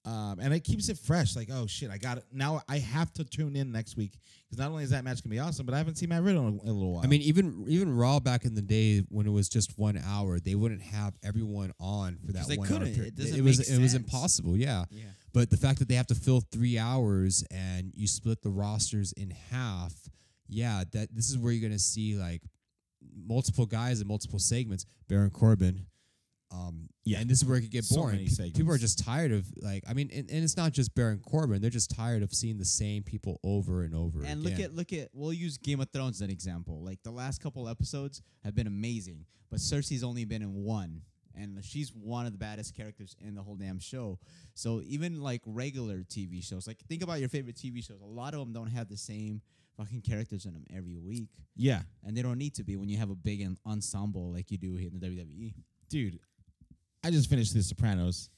Speaker 5: um, and it keeps it fresh. Like, oh shit, I got it now. I have to tune in next week because not only is that match gonna be awesome, but I haven't seen Matt Riddle in a, in a little while.
Speaker 2: I mean, even even Raw back in the day when it was just one hour, they wouldn't have everyone on for that
Speaker 1: 'Cause they
Speaker 2: one hour
Speaker 1: couldn't.
Speaker 2: period.
Speaker 1: It doesn't
Speaker 2: was
Speaker 1: make
Speaker 2: it was
Speaker 1: sense.
Speaker 2: impossible, yeah.
Speaker 1: Yeah.
Speaker 2: But the fact that they have to fill three hours and you split the rosters in half, yeah, that this is where you're gonna see like multiple guys in multiple segments. Baron Corbin. Um,
Speaker 5: Yeah.
Speaker 2: and this is where it could get
Speaker 5: So
Speaker 2: boring.
Speaker 5: many
Speaker 2: Pe- People are
Speaker 5: segments.
Speaker 2: just tired of like, I mean, and, and it's not just Baron Corbin; they're just tired of seeing the same people over and over.
Speaker 1: And
Speaker 2: again.
Speaker 1: look at look at we'll use Game of Thrones as an example. Like the last couple episodes have been amazing, but Cersei's only been in one. And she's one of the baddest characters in the whole damn show. So even like regular TV shows, like think about your favorite TV shows. A lot of them don't have the same fucking characters in them every week,
Speaker 5: yeah,
Speaker 1: and they don't need to be when you have a big en- ensemble like you do here in the E. WWE.
Speaker 5: dude, I just finished The Sopranos.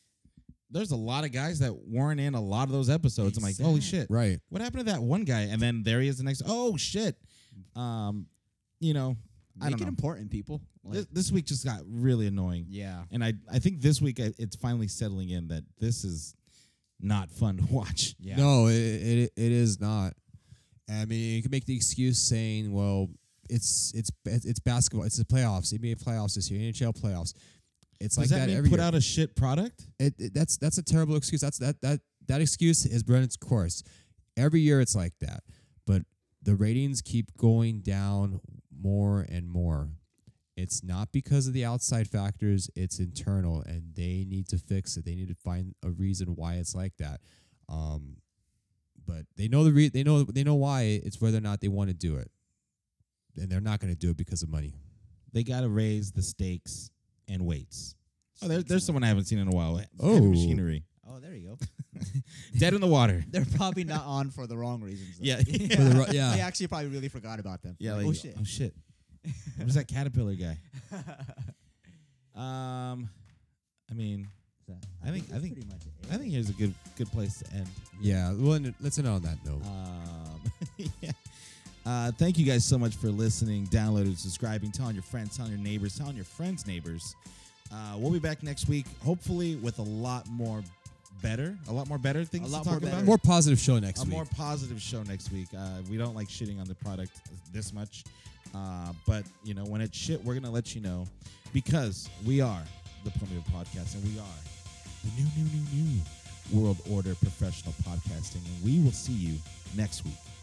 Speaker 5: There's a lot of guys that weren't in a lot of those episodes. I'm like, holy
Speaker 1: Exact-
Speaker 5: shit,
Speaker 2: right.
Speaker 5: What happened to that one guy? And then there he is the next. Oh shit, um, you know,
Speaker 1: Make
Speaker 5: I don't
Speaker 1: it
Speaker 5: know.
Speaker 1: important, people. Like,
Speaker 5: This, this week just got really annoying.
Speaker 1: yeah,
Speaker 5: And I, I think this week I, it's finally settling in that this is not fun to watch.
Speaker 1: yeah.
Speaker 2: No, it, it it is not. I mean, you can make the excuse saying, "Well, it's it's it's basketball. It's the playoffs. NBA playoffs this year. NHL playoffs. It's like
Speaker 5: Does that,
Speaker 2: that,
Speaker 5: mean
Speaker 2: every
Speaker 5: put
Speaker 2: year.
Speaker 5: out a shit product?
Speaker 2: it, it- that's that's a terrible excuse. That's that that that excuse is run its course. Every year it's like that, but the ratings keep going down more and more. It's not because of the outside factors; it's internal, and they need to fix it. They need to find a reason why it's like that. Um, but they know the re- they know they know why it's whether or not they want to do it, and they're not going to do it because of money.
Speaker 5: They got to raise the stakes and weights. Oh, there, there's someone I haven't seen in a while. Heavy
Speaker 2: Oh.
Speaker 5: machinery.
Speaker 1: Oh, there you go. [laughs]
Speaker 5: Dead in the water.
Speaker 1: They're probably not on for the wrong reasons. Though. [laughs]
Speaker 5: Yeah.
Speaker 2: For the ro- yeah.
Speaker 1: I actually probably really forgot about them.
Speaker 5: Yeah,
Speaker 1: Like,
Speaker 5: like,
Speaker 1: oh shit.
Speaker 5: Oh shit. Where's that
Speaker 1: [laughs]
Speaker 5: caterpillar guy? um, I mean, I think I think
Speaker 1: pretty much it.
Speaker 5: I think here's a good good place to end.
Speaker 2: Yeah, well, and let's end on that note.
Speaker 5: Um, [laughs] yeah. Uh, thank you guys so much for listening, downloading, subscribing, telling your friends, telling your neighbors, telling your friends' neighbors. Uh, we'll be back next week, hopefully with a lot more better, a lot more better things
Speaker 1: lot
Speaker 5: to
Speaker 1: more
Speaker 5: talk about.
Speaker 1: better.
Speaker 2: More positive show next
Speaker 5: a
Speaker 2: week.
Speaker 5: Uh, more positive show next week. Uh, we don't like shitting on the product this much, uh, but you know when it's shit, we're gonna let you know because we are the Premier Podcast and we are the new, new, new, new World Order Professional Podcasting, and we will see you next week.